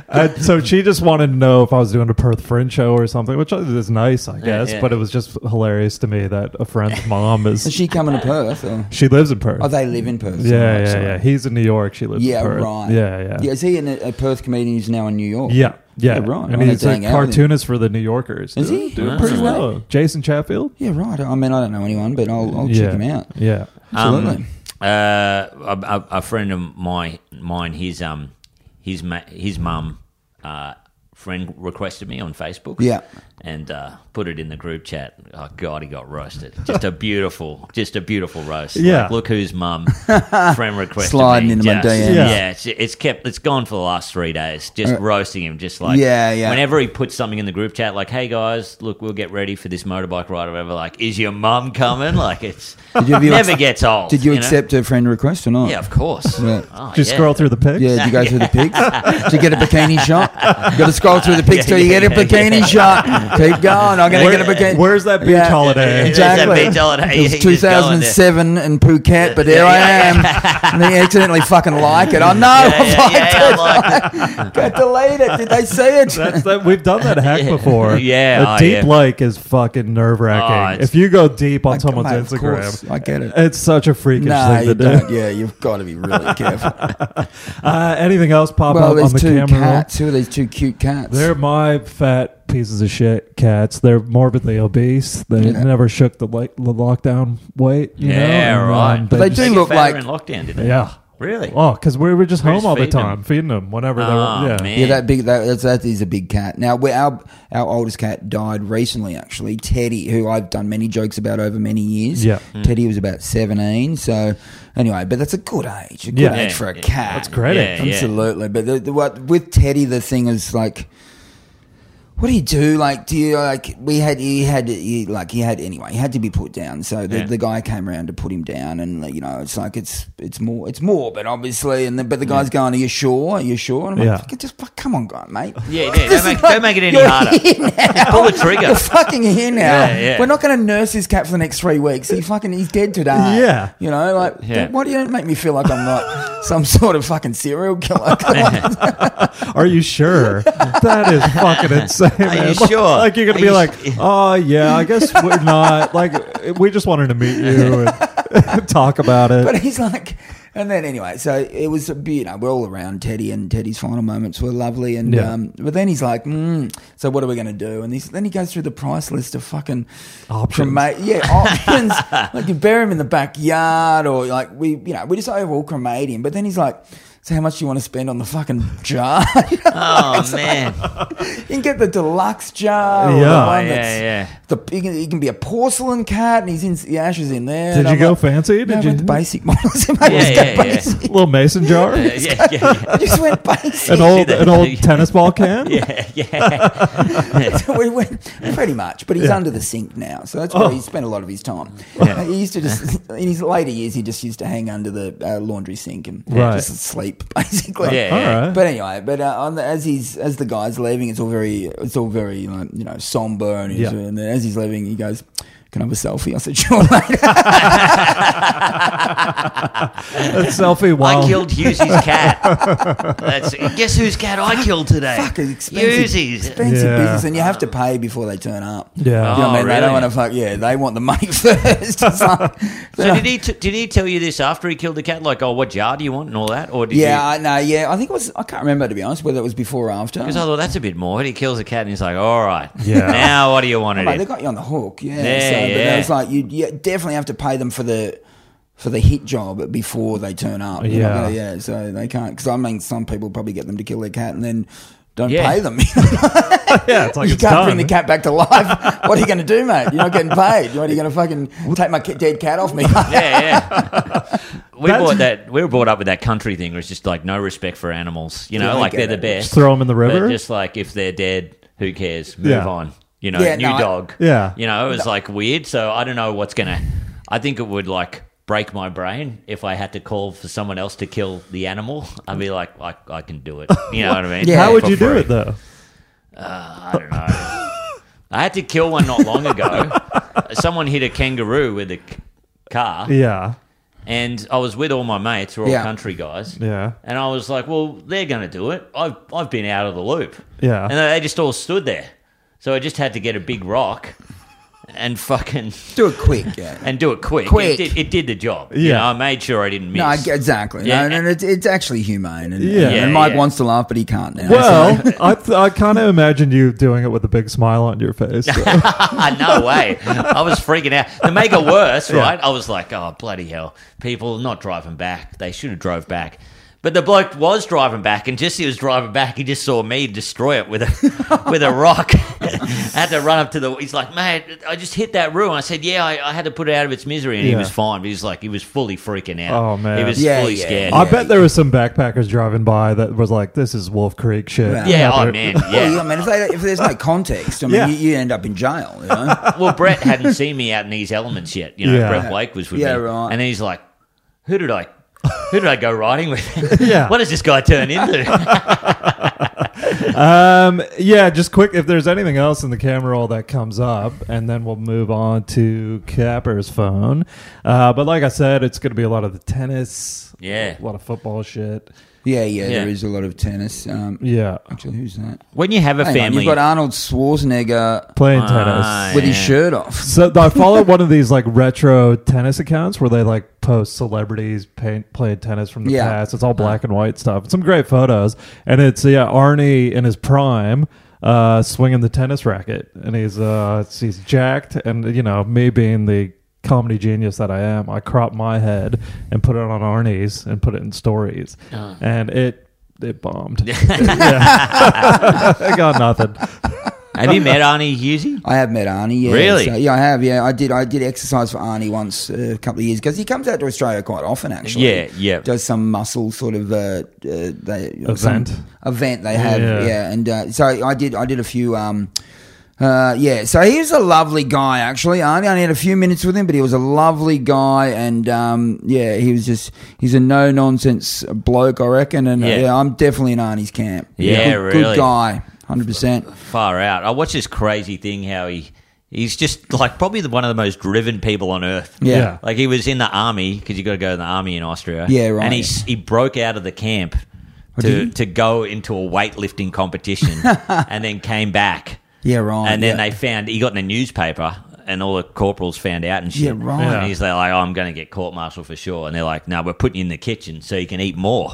B: and so she just wanted to know if I was doing a Perth friend show or something, which is nice, I guess.
C: yeah.
B: But it was just hilarious to me that a friend's mom
D: Is
B: is
D: she coming to Perth? Or?
B: she lives in Perth.
D: Oh, they live in Perth.
B: yeah,
D: Right,
B: yeah,
D: sorry.
B: yeah. He's in New York. She lives.
D: Yeah,
B: in Perth.
D: right.
B: Yeah, yeah,
D: Yeah, is he in a, a Perth comedian who's now in New York?
B: yeah. Yeah.
D: Yeah, right.
B: And
D: Well,
B: he's
D: they
B: a
D: hang out with him.
B: cartoonist for the New Yorkers.
D: Is
B: Dude,
D: he?
B: Doing
D: Wow.
B: pretty
D: That's
B: well. Jason Chatfield.
D: Yeah, right. I mean, I don't know anyone, but I'll, I'll
B: yeah.
D: check him out.
B: Yeah.
D: Absolutely.
C: Uh, a, a, a friend of my mine, his um, his ma- his mum, uh, friend requested me on Facebook.
D: Yeah.
C: and uh, put it in the group chat. Oh God, he got roasted. Just a beautiful, just a beautiful roast.
B: Yeah.
C: Like, look who's mum. Friend requested
D: Sliding
C: me.
D: into my
C: Just-
D: DMs.
B: Yeah.
C: Yeah, it's, it's kept. It's gone for the last three days. Just roasting him. Just like
D: Uh, Yeah, yeah.
C: Whenever he puts something in the group chat, like, "Hey guys, look, we'll get ready for this motorbike ride or whatever." Like, is your mum coming? Like, it's
D: Did you- have you
C: never
D: ex-
C: gets old.
D: Did you
C: know?
D: accept a friend request or not?
C: Yeah, of course.
D: Yeah.
C: Oh,
B: Just
C: yeah.
B: scroll through the pics.
D: Yeah, did you go through the pics? Did you get a bikini shot? You got to scroll through the pics
C: Yeah,
D: till you
C: yeah,
D: get a
C: yeah,
D: bikini
C: yeah.
D: shot. Keep going. I'm going
B: Where-
D: to get a bikini.
B: where's that beach
D: Yeah.
B: holiday?
C: There's that
D: Exactly.
C: beach holiday.
D: It was
C: You're just going there.
D: 2007 in Phuket, but
C: Yeah,
D: there I
C: yeah,
D: am. And they accidentally fucking like it. I know.
C: Yeah, yeah,
D: I've
C: yeah, I like it.
D: liked it. Got delete it. Did they see it?
B: That's that we've done that hack before.
C: Yeah,
B: a
C: oh,
B: deep
C: yeah.
B: like is fucking nerve
C: Oh,
B: wracking.
C: it's-
B: if you go deep on
D: Like,
B: someone's
D: mate, of course.
B: Instagram,
D: I get it.
B: it's such a freakish
D: No,
B: thing to
D: you
B: do.
D: don't. Yeah, you've got to be really careful.
B: Uh, anything else pop
D: well,
B: up on
D: there's
B: the
D: two
B: camera? roll?
D: cats. Who are these two cute cats?
B: They're my fat pieces of shit cats. They're morbidly obese. They
D: Yeah.
B: never shook the, like, the lockdown weight. You know?
C: Yeah,
B: and,
C: right.
B: um,
C: But They
D: they do
B: just-
C: get
D: look
C: fatter
D: like-
C: in lockdown, did they?
B: Yeah.
C: Really?
B: Oh, because we were just
C: We're
B: home
C: just
B: all the
C: feeding
B: time,
C: them.
B: feeding them whenever they
C: Oh,
B: were. Yeah.
C: man.
D: Yeah, that big that that's, that is a big cat. Now, we our our oldest cat died recently. Actually, Teddy, who I've done many jokes about over many years.
B: Yeah.
C: Hmm.
D: Teddy was about seventeen. So anyway, but that's a good age. A good
B: Yeah.
D: age
C: Yeah.
D: for a
C: Yeah.
D: cat.
B: That's great.
C: Yeah, yeah.
D: Absolutely. But the, the, what with Teddy, the thing is like. What do you do? Like, do you like? We had he had he, like he had anyway. He had to be put down. So the,
C: Yeah.
D: the guy came around to put him down, and like, you know, it's like it's it's more it's more, but obviously, and then but the guy's going, "Are you sure? Are you sure?" And I'm
B: Yeah.
D: like, "Fucking just fuck, come on, guy, mate.
C: Yeah, yeah, don't
D: This is
C: make- don't make it any
D: you're
C: harder.
D: here now.
C: Pull the trigger.
D: You're fucking here now.
C: Yeah, yeah.
D: We're not going to nurse this cat for the next three weeks. He fucking he's dead today.
B: Yeah.
D: you know, like
C: Yeah.
D: why do you don't make me feel like I'm not some sort of fucking serial killer? Come on.
B: Are you sure? that is fucking insane.
C: Are you
B: man. Like-
C: sure?
B: Like you're gonna
C: Are
B: be
C: you
B: like,
C: s-
B: oh yeah, I guess we're not. Like we just wanted to meet you and talk about it.
D: But he's like, and then anyway, so it was a bit, you know, we're all around Teddy, and Teddy's final moments were lovely. And
B: Yeah.
D: um, but then he's like, mm, so what are we going to do? And he's, then he goes through the price list of fucking
B: Options.
D: crema- yeah, options. like you bury him in the backyard, or like we, you know, we just overall cremate him. But then he's like. So how much do you want to spend on the fucking jar? you
C: Oh man.
D: can get the deluxe jar. Or
B: Yeah.
D: the one
C: Oh, Yeah,
D: that's
C: yeah.
D: The, he, can, he can be a porcelain cat, and he's in the ashes in there.
B: Did
D: And
B: you
D: I'm
B: go
D: like,
B: fancy?
D: no, I
B: Did
D: went
B: you
D: the basic models. I just
C: Yeah,
D: go
C: yeah, yeah.
D: basic.
B: little mason jar?
C: Yeah, yeah, yeah.
D: I just went basic.
B: An old
C: that.
B: an old tennis ball can?
C: Yeah, yeah.
D: So we went pretty much, but he's
B: Yeah. Oh.
D: under the sink now, so that's where he spent a lot of his time. He used to just in his later years, he just used to hang under the uh, laundry sink and
B: Right.
D: just sleep basically.
C: Yeah,
B: All
C: yeah.
B: right.
D: But anyway, but uh, on the, as he's as the guy's leaving, it's all very it's all very like, you know somber, and, he's,
B: Yeah.
D: and then as he's leaving, he goes, "Can I have a selfie?" I said, "Sure." Mate.
B: A selfie while
C: I killed Hughesy's cat. That's guess whose cat I killed today.
D: Fuck, it's expensive.
C: Hughesy's.
D: Expensive
B: Yeah.
D: business, and you have to pay before they turn up.
B: Yeah.
D: You know what I
C: Oh,
D: mean? They don't
C: really?
D: want to fuck. Yeah, they want the money first. It's like-
C: So did he t- did he tell you this after he killed the cat? Like, oh, what jar do you want and all that, or did
D: yeah,
C: you?
D: I no, yeah. I think it was. I can't remember to be honest whether it was before or after.
C: Because I thought that's a bit more. He kills a cat and he's like, all right,
B: Yeah.
C: Now what do you want it
D: Mate,
C: in?
D: they got you on the hook. Yeah,
C: Yeah,
D: so, But
C: yeah.
D: it was like you, you definitely have to pay them for the for the hit job before they turn up. you
B: Yeah.
D: know? yeah. So they can't. Because I mean, some people probably get them to kill their cat and then. Don't
C: Yeah.
D: pay them.
B: Yeah, it's like
D: you
B: it's
D: can't
B: done.
D: bring the cat back to life. what are you going to do, mate? You're not getting paid. What are you going to fucking take my ca- dead cat off me?
C: yeah, yeah. We
B: That's-
C: bought that. We were brought up with that country thing, where it's just like no respect for animals. You know,
D: Yeah, I
C: like
D: get
C: they're the
D: it.
C: best.
B: Just throw 'em in the
C: But
B: river?
C: just like if they're dead, who cares? Move
B: Yeah.
C: on. You know,
D: Yeah,
C: new
D: no, I-
C: dog.
B: Yeah.
C: You know, it was like weird. So I don't know what's gonna. I think it would like break my brain if I had to call for someone else to kill the animal. I'd be like, I, I can do it. You know what I mean?
D: Yeah.
B: How would
C: For
B: you do
C: free.
B: it though?
C: I don't know. I had to kill one not long ago. Someone hit a kangaroo with a c- car
B: Yeah.
C: and I was with all my mates, we're all
D: Yeah.
C: country guys.
B: Yeah.
C: And I was like, well, they're going to do it. I've, I've been out of the loop.
B: Yeah.
C: And they just all stood there. So I just had to get a big rock and fucking
D: Do it quick. Yeah.
C: and do it quick.
D: Quick.
C: It, did, it did the job. You
B: Yeah.
C: know, I made sure I didn't miss.
D: No, I g- exactly.
C: Yeah.
D: No, no, it's, it's actually humane. And,
B: Yeah.
D: and Mike
C: Yeah, yeah.
D: wants to laugh, but he can't now.
B: Well, I th- I kind of imagined you doing it with a big smile on your face.
C: no way. I was freaking out. To make it worse, right? I was like, oh, bloody hell. People not driving back. They should have drove back. But the bloke was driving back, and just as he was driving back, he just saw me destroy it with a with a rock. had to run up to the. He's like, mate, I just hit that rule. I said, yeah, I, I had to put it out of its misery, and he
B: Yeah.
C: was fine. But he was like, he was fully freaking out.
B: Oh, man.
C: he was
D: Yeah,
C: fully
D: yeah,
C: scared.
B: I bet there was some backpackers driving by that was like, "This is Wolf Creek shit."
D: Yeah.
C: yeah,
B: Out
C: oh
B: there.
C: man,
D: Yeah,
C: yeah.
D: I mean, if, they, if there's no context, I mean,
B: Yeah.
D: you, you end up in jail. You know?
C: well, Brett hadn't seen me out in these elements yet. You know,
B: Yeah.
C: Brett Blake was with
D: Yeah,
C: me,
D: right.
C: and he's like, "Who did I, who did I go riding with?
B: Yeah.
C: what does this guy turn into?"
B: Um, yeah, just quick. If there's anything else in the camera roll that comes up, and then we'll move on to Capper's phone. Uh, but like I said, it's going to be a lot of the tennis.
C: Yeah.
B: a lot of football shit.
D: yeah, yeah,
C: Yeah.
D: there is a lot of tennis. Um,
B: Yeah,
D: Actually, who's that?
C: when you have a
D: Hang on,
C: family,
D: you've got Arnold Schwarzenegger
B: playing
C: Nice.
B: tennis.
D: with his
C: Yeah.
D: shirt off.
B: So I follow one of these like retro tennis accounts where they like post celebrities paint, playing tennis from the
D: Yeah.
B: past.
C: Uh-huh.
B: It's all black and white stuff. Some great photos, and it's yeah Arnie in his prime, uh, swinging the tennis racket, and he's uh he's jacked, and you know me being the comedy genius that I am, I crop my head and put it on Arnie's and put it in stories,
C: Uh.
B: and it it bombed. Yeah. I got nothing.
C: have you met Arnie Husey?
D: I have met Arnie. Yeah,
C: Really?
D: So, yeah, I have. Yeah, I did. I did exercise for Arnie once uh, a couple of years because he comes out to Australia quite often. Actually,
C: Yeah, yeah.
D: Does some muscle sort of uh, uh, they, some
B: Event.
D: event they have.
B: Yeah.
D: Yeah, and uh, so I did. I did a few. Um, uh, yeah, so he was a lovely guy, actually. Arnie, I only had a few minutes with him, but he was a lovely guy, and um, yeah, he was just—he's a no-nonsense bloke, I reckon. And uh,
C: Yeah.
D: yeah. I'm definitely in Arnie's camp.
C: Yeah,
D: good,
C: really.
D: good guy, hundred percent.
C: Far out. I watch this crazy thing how he. He's just like probably the, one of the most driven people on earth.
D: Yeah.
B: Yeah.
C: Like he was in the army because you got to go in the army in Austria.
D: Yeah, right.
C: And he s- he broke out of the camp to to go into a weightlifting competition, and then came back.
D: Yeah, right.
C: And then
D: yeah.
C: they found he got in a newspaper, and all the corporals found out and shit.
D: Yeah, right.
B: Yeah.
C: And he's like, "Oh, I'm going to get court martialed for sure." And they're like, "No, we're putting you in the kitchen so you can eat more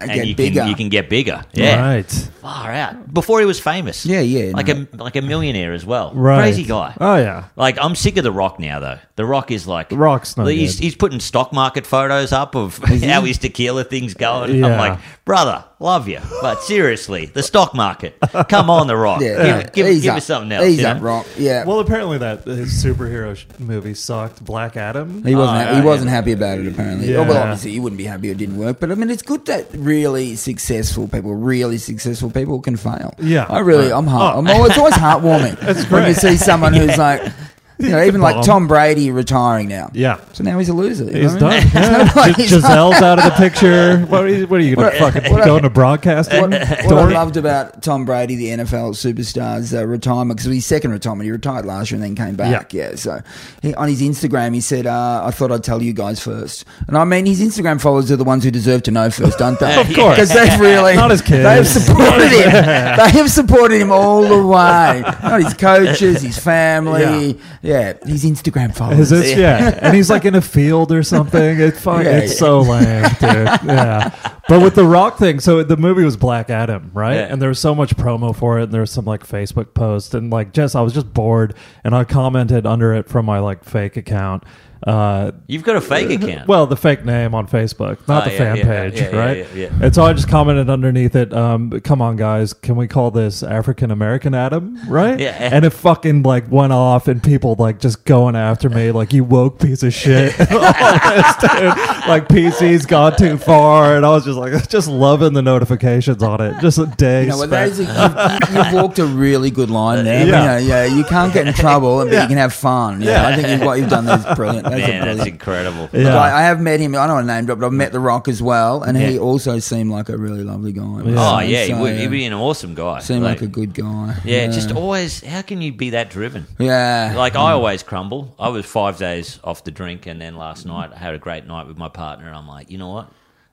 C: and
D: Get
C: you
D: bigger.
C: can you can get bigger." Yeah,
B: Right.
C: far out. Before he was famous.
D: Yeah, yeah,
C: Like
D: no.
C: a like a millionaire as well.
B: Right.
C: Crazy guy.
B: Oh yeah.
C: Like I'm sick of the Rock now, though. The Rock is like the
B: Rock's not
C: He's,
B: good.
C: he's putting stock market photos up of how his tequila thing's going.
B: Yeah.
C: I'm like, brother, love you, but seriously, the stock market. Come on, the Rock.
D: Yeah,
C: give give,
D: Ease
C: give
D: up.
C: us something else.
D: Ease
C: you
D: up,
C: know?
D: Rock. Yeah.
B: Well, apparently that uh, superhero sh- movie sucked. Black Adam.
D: he wasn't.
C: Oh,
D: he
C: yeah,
D: wasn't happy about it. Apparently.
B: Yeah.
D: Oh, well, obviously you wouldn't be happy it didn't work. But I mean, it's good that really successful people, really successful people, can fail.
B: Yeah. Oh.
D: I really, I'm heart. I'm always, it's always heartwarming when you see someone who's like, you know, even like
B: bomb.
D: Tom Brady retiring now.
B: yeah.
D: So now he's a loser. you know
B: He's
D: what I mean?
B: done. Yeah. Gis- Giselle's out of the picture. What are you, what are you going to
D: What-
B: fucking
D: what-
B: go into broadcasting?
D: What, what I loved about Tom Brady, the NFL superstar's uh, retirement, because it was his second retirement. He retired last year and then came back. Yeah. so he, on his Instagram, he said, uh, I thought I'd tell you guys first. And I mean, his Instagram followers are the ones who deserve to know first, aren't they?
C: Of course.
D: Because they've really.
B: Not his kids.
D: They have supported him. They have supported him all the way. Not his coaches, his family. Yeah. his Instagram
B: Is
D: followers.
B: this, yeah. And he's like in a field or something. It's fuck,
D: Yeah,
B: It's
D: yeah.
B: so lame, dude. Yeah. But with the rock thing, so the movie was Black Adam, right?
C: Yeah.
B: And there was so much promo for it, and there was some like Facebook post, and like Jess, I was just bored, and I commented under it from my like fake account. Uh,
C: You've got a fake account.
B: Well, the fake name on Facebook, not
C: Oh,
B: the
C: yeah,
B: fan
C: yeah, yeah,
B: page,
C: yeah, yeah,
B: right?
C: yeah,
B: And so I just commented underneath it, um, "Come on, guys, can we call this African American Adam?" Right?
C: Yeah.
B: And it fucking like went off, and people like just going after me, like you woke piece of shit, and all this, dude. Like PC's gone too far, and I was just like, just loving the notifications on it. Just a day.
D: You know, well,
B: spent-
D: those are- you've, you've walked a really good line there.
B: Yeah.
D: Yeah, yeah. You can't get in trouble, but you can have fun. Yeah,
B: Yeah.
D: I think you've, what you've done there is brilliant. That's a
C: Man,
D: brilliant.
C: that's incredible.
B: Yeah.
D: Like, I have met him. I don't want to name drop, but I've met The Rock as well, and he
C: Yeah.
D: also seemed like a really lovely guy.
C: Oh
D: So-
C: yeah, he
D: so,
C: would, he'd
D: yeah,
C: be an awesome guy.
D: seemed like, a good guy.
C: yeah, just always. How can you be that driven?
D: yeah.
C: Like I always crumble. I was five days off the drink, and then
D: Mm.
C: last night I had a great night with my partner. I'm like, you know what?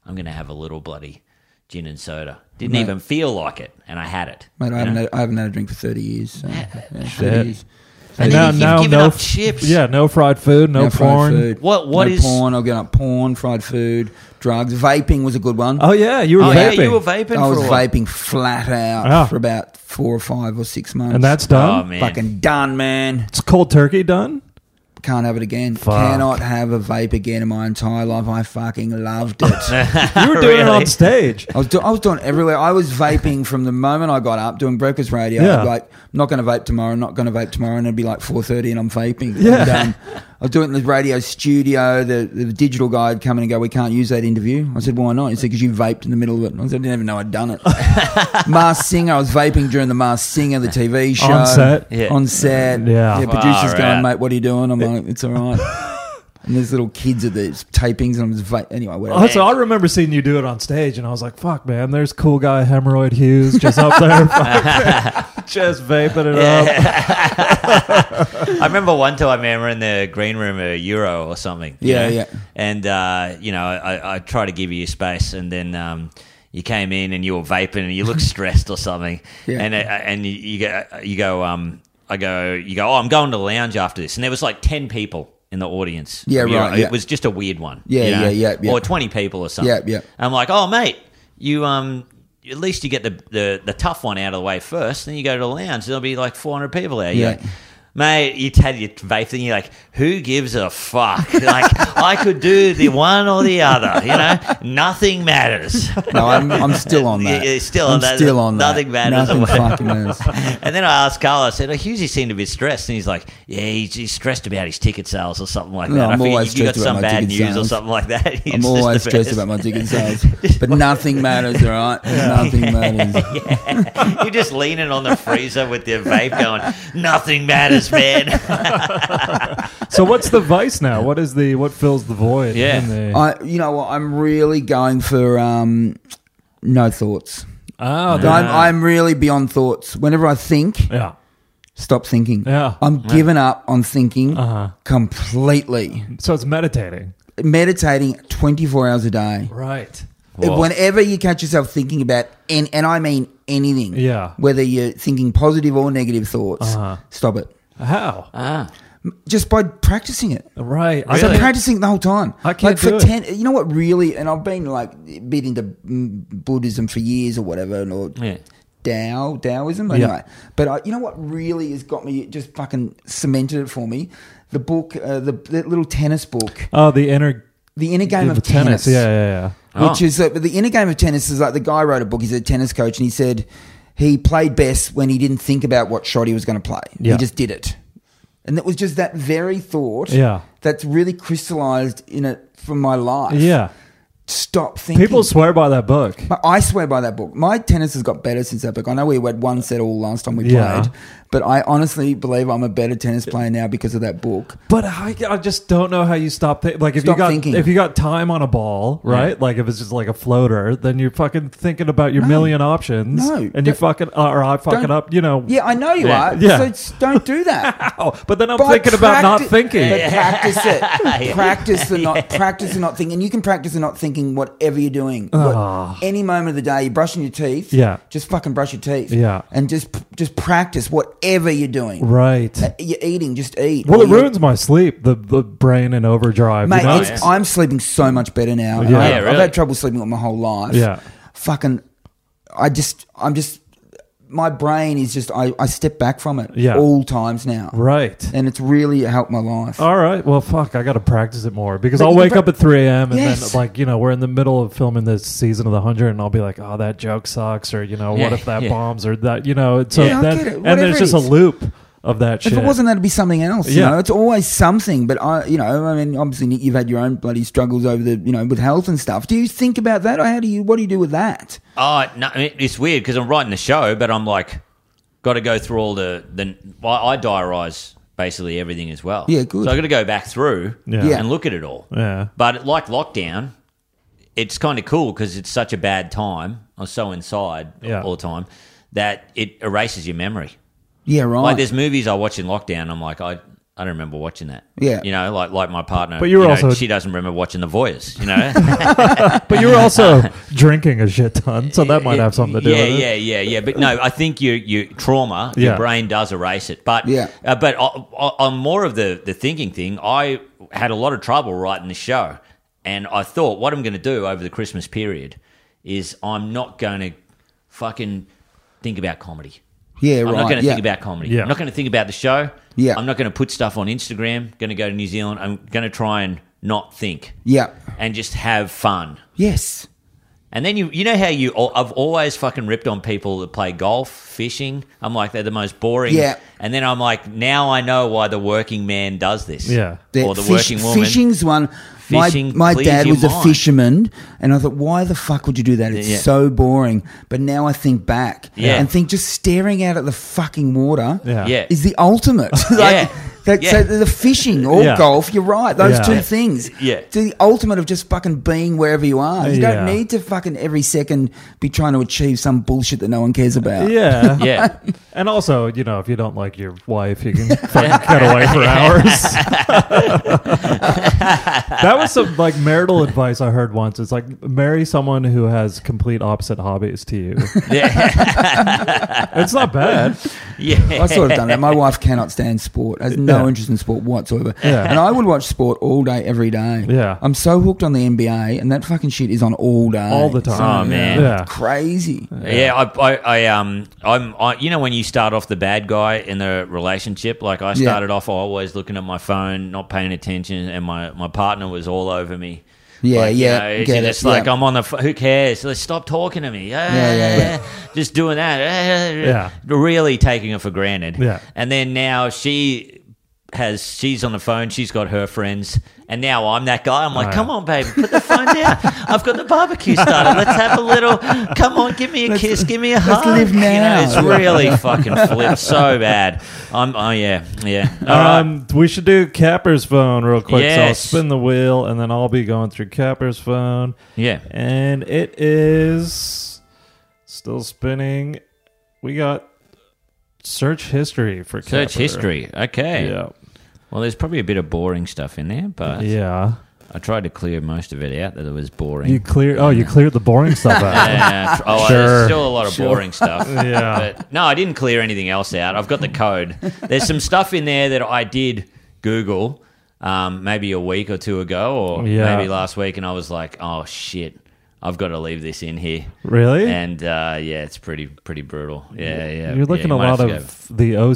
C: I'm gonna have a little bloody gin and soda. Didn't
D: Mate.
C: even feel like it, and I had it.
D: Mate, I
C: you
D: haven't,
C: know?
D: had, I haven't had a drink for thirty years. So, yeah,
B: Shit.
D: 30 years.
C: And
B: now,
C: then you've
B: now,
C: given
B: no
C: up
B: f-
C: chips.
B: Yeah, no fried food, no,
D: No fried
B: porn.
D: food.
C: What- what
D: no
C: is-
D: porn? I've given up porn, fried food, drugs. Vaping was a good one.
B: Oh yeah, you were
C: Oh, yeah,
B: vaping,
C: you were vaping.
D: I was
C: for a while.
D: vaping flat out
B: Ah.
D: for about four or five or six months.
B: and that's
C: Oh
B: done.
C: man,
D: fucking done, man.
B: it's cold turkey done.
D: Can't have it again.
B: Fuck.
D: Cannot have a vape again in my entire life. I fucking loved it.
B: You were doing it on stage.
D: I was, do- I was doing it everywhere. I was vaping from the moment I got up doing breakfast radio.
B: Yeah.
D: I'd be like, I'm not going to vape tomorrow. I'm not going to vape tomorrow. And it'd be like 4.30 and I'm vaping.
B: Yeah.
D: And, um, I was doing it in the radio studio. The, the digital guy would come in and go, we can't use that interview. I said, why not? He said, because you vaped in the middle of it. And I said, I didn't even know I'd done it. Mars Singer. I was vaping during the Mars Singer, the TV show.
B: On set.
C: Yeah.
D: On set.
B: Yeah.
D: Yeah, producer's
C: Far
D: going,
C: out.
D: mate, what are you doing? I'm like, it's all right. and there's little kids at these tapings and I'm just va- Anyway, whatever.
B: Also, Oh, I remember seeing you do it on stage, and I was like, "Fuck, man! There's cool guy Hemorrhoid Hughes just up there, fucking just vaping it up."
C: I remember one time, man, we're in the green room at Euro or something. you
D: Yeah,
C: know?
D: yeah.
C: And, uh, you know, I, I try to give you space, and then um, you came in and you were vaping and you looked stressed or something.
D: Yeah.
C: And, uh, and you, you go, you go um, I go, you go, oh, I'm going to the lounge after this. And there was like 10 people in the audience.
D: Yeah,
C: of Euro.
D: right, yeah.
C: It was just a weird one.
D: Yeah,
C: you know?
D: yeah, yeah, yeah.
C: Or 20 people or something.
D: Yeah, yeah.
C: I'm like, oh, mate, you, um, at least you get the, the, the tough one out of the way first, then you go to the lounge. There'll be like 400 people there. You're
D: Yeah.
C: like, Mate, you had your vape thing. You're like, who gives a fuck? Like, I could do the one or the other. You know, nothing matters.
D: No, I'm, I'm still on that.
C: Yeah, yeah, still
D: I'm
C: on that.
D: Still on
C: Nothing
D: that.
C: matters.
D: Nothing fucking matters.
C: and then I asked Carl. I said, oh, "Hughes, he seemed a bit stressed." And he's like, "Yeah, he's, he's stressed about his ticket sales or something like
D: No,
C: that." I
D: I'm
C: figured
D: always
C: you got
D: stressed about
C: some
D: my
C: bad
D: ticket
C: news or
D: sales.
C: something like that. He's
D: I'm
C: just
D: always
C: the
D: stressed
C: best.
D: about my ticket sales, but nothing matters, all right? Nothing matters.
C: yeah. You're just leaning on the freezer with your vape, going, "Nothing matters, man."
B: So, what's the vice now? What is the what fills the void?
C: Yeah.
B: in the-
D: I, you know what? I'm really going for um, no thoughts.
B: oh, the-
D: I'm, I'm really beyond thoughts. Whenever I think,
B: yeah,
D: stop thinking.
B: Yeah.
D: I'm giving up on thinking
B: Uh-huh.
D: completely.
B: so it's meditating,
D: Meditating 24 hours a day.
B: right?
C: Whoa.
D: Whenever you catch yourself thinking about, and, and I mean anything,
B: Yeah.
D: whether you're thinking positive or negative thoughts,
B: Uh-huh.
D: stop it.
B: How?
C: Ah.
D: Just by practicing it.
B: Uh, Right?
D: I've
C: Really?
D: been practicing the whole time.
B: I can't
D: like for
B: do it.
D: ten. You know what? Really, and I've been like a bit into mm, Buddhism for years or whatever, and or
C: Yeah.
D: Tao Taoism. Anyway, but I, you know what? Really has got me just fucking cemented it for me. The book, uh, the, the little tennis book,
B: Oh, the inner
D: the inner game
B: the
D: of
B: tennis.
D: tennis.
B: Yeah, yeah,
C: Oh.
D: Which is uh, the inner game of tennis is like the guy wrote a book. He's a tennis coach, and he said he played best when he didn't think about what shot he was going to play.
B: Yeah.
D: He just did it, and it was just that very thought
B: yeah, yeah,
D: that's really crystallized in it from my life.
B: yeah.
D: Stop thinking.
B: People swear by that book.
D: My- I swear by that book. My tennis has got better since that book. I know we had one set all last time we
B: Yeah.
D: played, but I honestly believe I'm a better tennis player now because of that book.
B: But I, I just don't know how you stop thi- like if you
D: Stop
B: got
D: thinking.
B: if you got time on a ball, right? Like if it's just like a floater, then you're fucking thinking about your million options,
D: No.
B: and you
D: Don't-
B: fucking uh, or I fucking
D: don't-
B: up, you know.
D: Yeah, I know you
C: Yeah.
D: are.
B: Yeah.
D: So just don't do that.
B: Oh, but then I'm
D: But
B: thinking about not
D: practi-
B: thinking.
D: But practice it. Practice the not practice the not thinking. And you can practice the not thinking whatever you're doing. What-
B: Ah.
D: any moment of the day, you're brushing your teeth.
B: Yeah.
D: Just fucking brush your teeth.
B: Yeah.
D: And just just practice whatever you're doing.
B: Right.
D: Uh, You're eating, just eat.
B: Well,
D: Or
B: it
D: you're-
B: ruins my sleep. The the brain in overdrive.
D: Mate,
B: you know?
D: it's, I'm sleeping so much better now.
B: Yeah.
D: I,
B: Yeah,
C: really.
D: I've had trouble sleeping all my whole life.
B: Yeah.
D: Fucking, I just, I'm just, my brain is just, I, I step back from it
B: Yeah.
D: all times now.
B: right.
D: And it's really helped my life.
B: All right. Well, fuck. I got to practice it more because
D: But
B: I'll
D: you
B: wake
D: pra-
B: up at 3 a.m. and
D: Yes.
B: then, like, you know, we're in the middle of filming this season of The 100, and I'll be like, oh, that joke sucks, or, you know, what
C: Yeah,
B: if that
C: yeah.
B: bombs, or that, you know. and So
D: Yeah, I
B: then,
D: get it.
B: and
D: Whatever
B: there's
D: it
B: just a
D: is.
B: loop of that shit.
D: If it wasn't, that'd be something else.
B: Yeah.
D: You know, it's always something. But I, you know, I mean, obviously, Nick, you've had your own bloody struggles over the, you know, with health and stuff. Do you think about that, or how do you? What do you do with that?
C: Oh, no, it- it's weird because I'm writing the show, but I'm like, got to go through all the the. well, I diarize basically everything as well.
D: Yeah, good.
C: So I got to go back through
B: Yeah.
D: Yeah.
C: and look at it all.
B: Yeah.
C: But like lockdown, it's kind of cool because it's such a bad time. I'm so inside
B: Yeah.
C: all the time that it erases your memory.
D: Yeah, right.
C: Like there's movies I watch in lockdown. I'm like I. I don't remember watching that.
D: Yeah.
C: you know, like like my partner.
B: But you were
C: know,
B: also-
C: she doesn't remember watching The Voice. You know,
B: But you were also drinking a shit ton, so that might
C: Yeah,
B: have something to do
C: yeah,
B: with it.
C: Yeah, yeah, yeah. But no, I think you, you trauma,
B: Yeah.
C: your brain does erase it. But
D: Yeah.
C: uh, but I, I, on more of the the thinking thing, I had a lot of trouble writing the show, and I thought what I'm going to do over the Christmas period is I'm not going to fucking think about comedy.
D: Yeah,
C: I'm
D: right,
C: not going to
D: yeah.
C: think about comedy.
B: Yeah.
C: I'm not going to think about the show.
D: Yeah.
C: I'm not going to put stuff on Instagram. Going to go to New Zealand. I'm going to try and not think
D: Yeah.
C: and just have fun.
D: Yes.
C: And then you, you know how you, I've always fucking ripped on people that play golf, fishing. I'm like, they're the most boring.
D: Yeah.
C: And then I'm like, now I know why the working man does this.
B: Yeah.
D: That
C: or the
D: fish-
C: working woman.
D: Fishing's one.
C: Fishing
D: my my
C: clears
D: dad
C: your
D: was a
C: mind.
D: fisherman, and I thought, why the fuck would you do that? It's
C: Yeah.
D: so boring. But now I think back
C: Yeah.
D: and think just staring out at the fucking water
B: Yeah.
C: Yeah.
D: is the ultimate.
C: Yeah.
D: that-
C: Yeah.
D: So the fishing or
B: Yeah.
D: golf, you're right. Those
B: Yeah.
D: two
B: Yeah.
D: things.
C: Yeah.
D: It's the ultimate of just fucking being wherever you are. You don't
B: Yeah.
D: need to fucking every second be trying to achieve some bullshit that no one cares about.
B: Yeah.
C: Yeah.
B: And also, you know, if you don't like your wife, you can fucking cut away for hours. that was some like marital advice I heard once. It's like marry someone who has complete opposite hobbies to you.
C: yeah.
B: It's not bad.
C: yeah.
D: I sort of done that. My wife cannot stand sport, has no
B: Yeah.
D: interest in sport whatsoever.
B: Yeah.
D: And I would watch sport all day, every day.
B: Yeah.
D: I'm so hooked on the NBA, and that fucking shit is on all day.
B: All the
D: So,
B: time.
C: Oh, man.
B: Yeah.
D: Crazy.
C: Yeah, I, I, I, um, I'm, I, you know, when you start off the bad guy in the relationship, like I
D: Yeah.
C: started off always looking at my phone, not paying attention, and my, my partner was all over me.
D: Yeah,
C: Like, you
D: yeah,
C: know, it's
D: get it,
C: just like
D: yeah.
C: I'm on the. F- who cares? Let's stop talking to me. Yeah,
D: Yeah,
C: yeah,
D: yeah,
C: yeah.
D: yeah.
C: Just doing that.
B: Yeah.
C: really taking it for granted.
B: Yeah.
C: and then now she has she's on the phone. She's got her friends, and now I'm that guy. I'm like,
B: Right.
C: come on, baby, put the phone down. I've got the barbecue started. Let's have a little. Come on, give me a kiss, give me a hug.
D: live
C: You know,
D: now.
C: it's really fucking flipped so bad. I'm. Oh yeah, yeah. All right.
B: Um, we should do Capper's phone real quick. So I'll
C: Uh, Yes.
B: spin the wheel and then I'll be going through Capper's phone.
C: Yeah.
B: And it is still spinning. We got search history for
C: Search
B: Capper.
C: history. Okay.
B: Yeah.
C: Well, there's probably a bit of boring stuff in there, but
B: Yeah.
C: I tried to clear most of it out that it was boring.
B: You clear oh, you cleared the boring stuff out.
C: Yeah, tr- oh,
B: Sure.
C: there's still a lot of
D: Sure.
C: boring stuff.
B: Yeah.
C: But no, I didn't clear anything else out. I've got the code. There's some stuff in there that I did Google um, maybe a week or two ago or
B: Yeah.
C: maybe last week, and I was like, oh, shit. I've got to leave this in here,
B: Really?
C: and uh, yeah, it's pretty pretty brutal. Yeah, yeah.
B: You're looking
C: yeah, you
B: a
C: might have
B: lot
C: to go-
B: of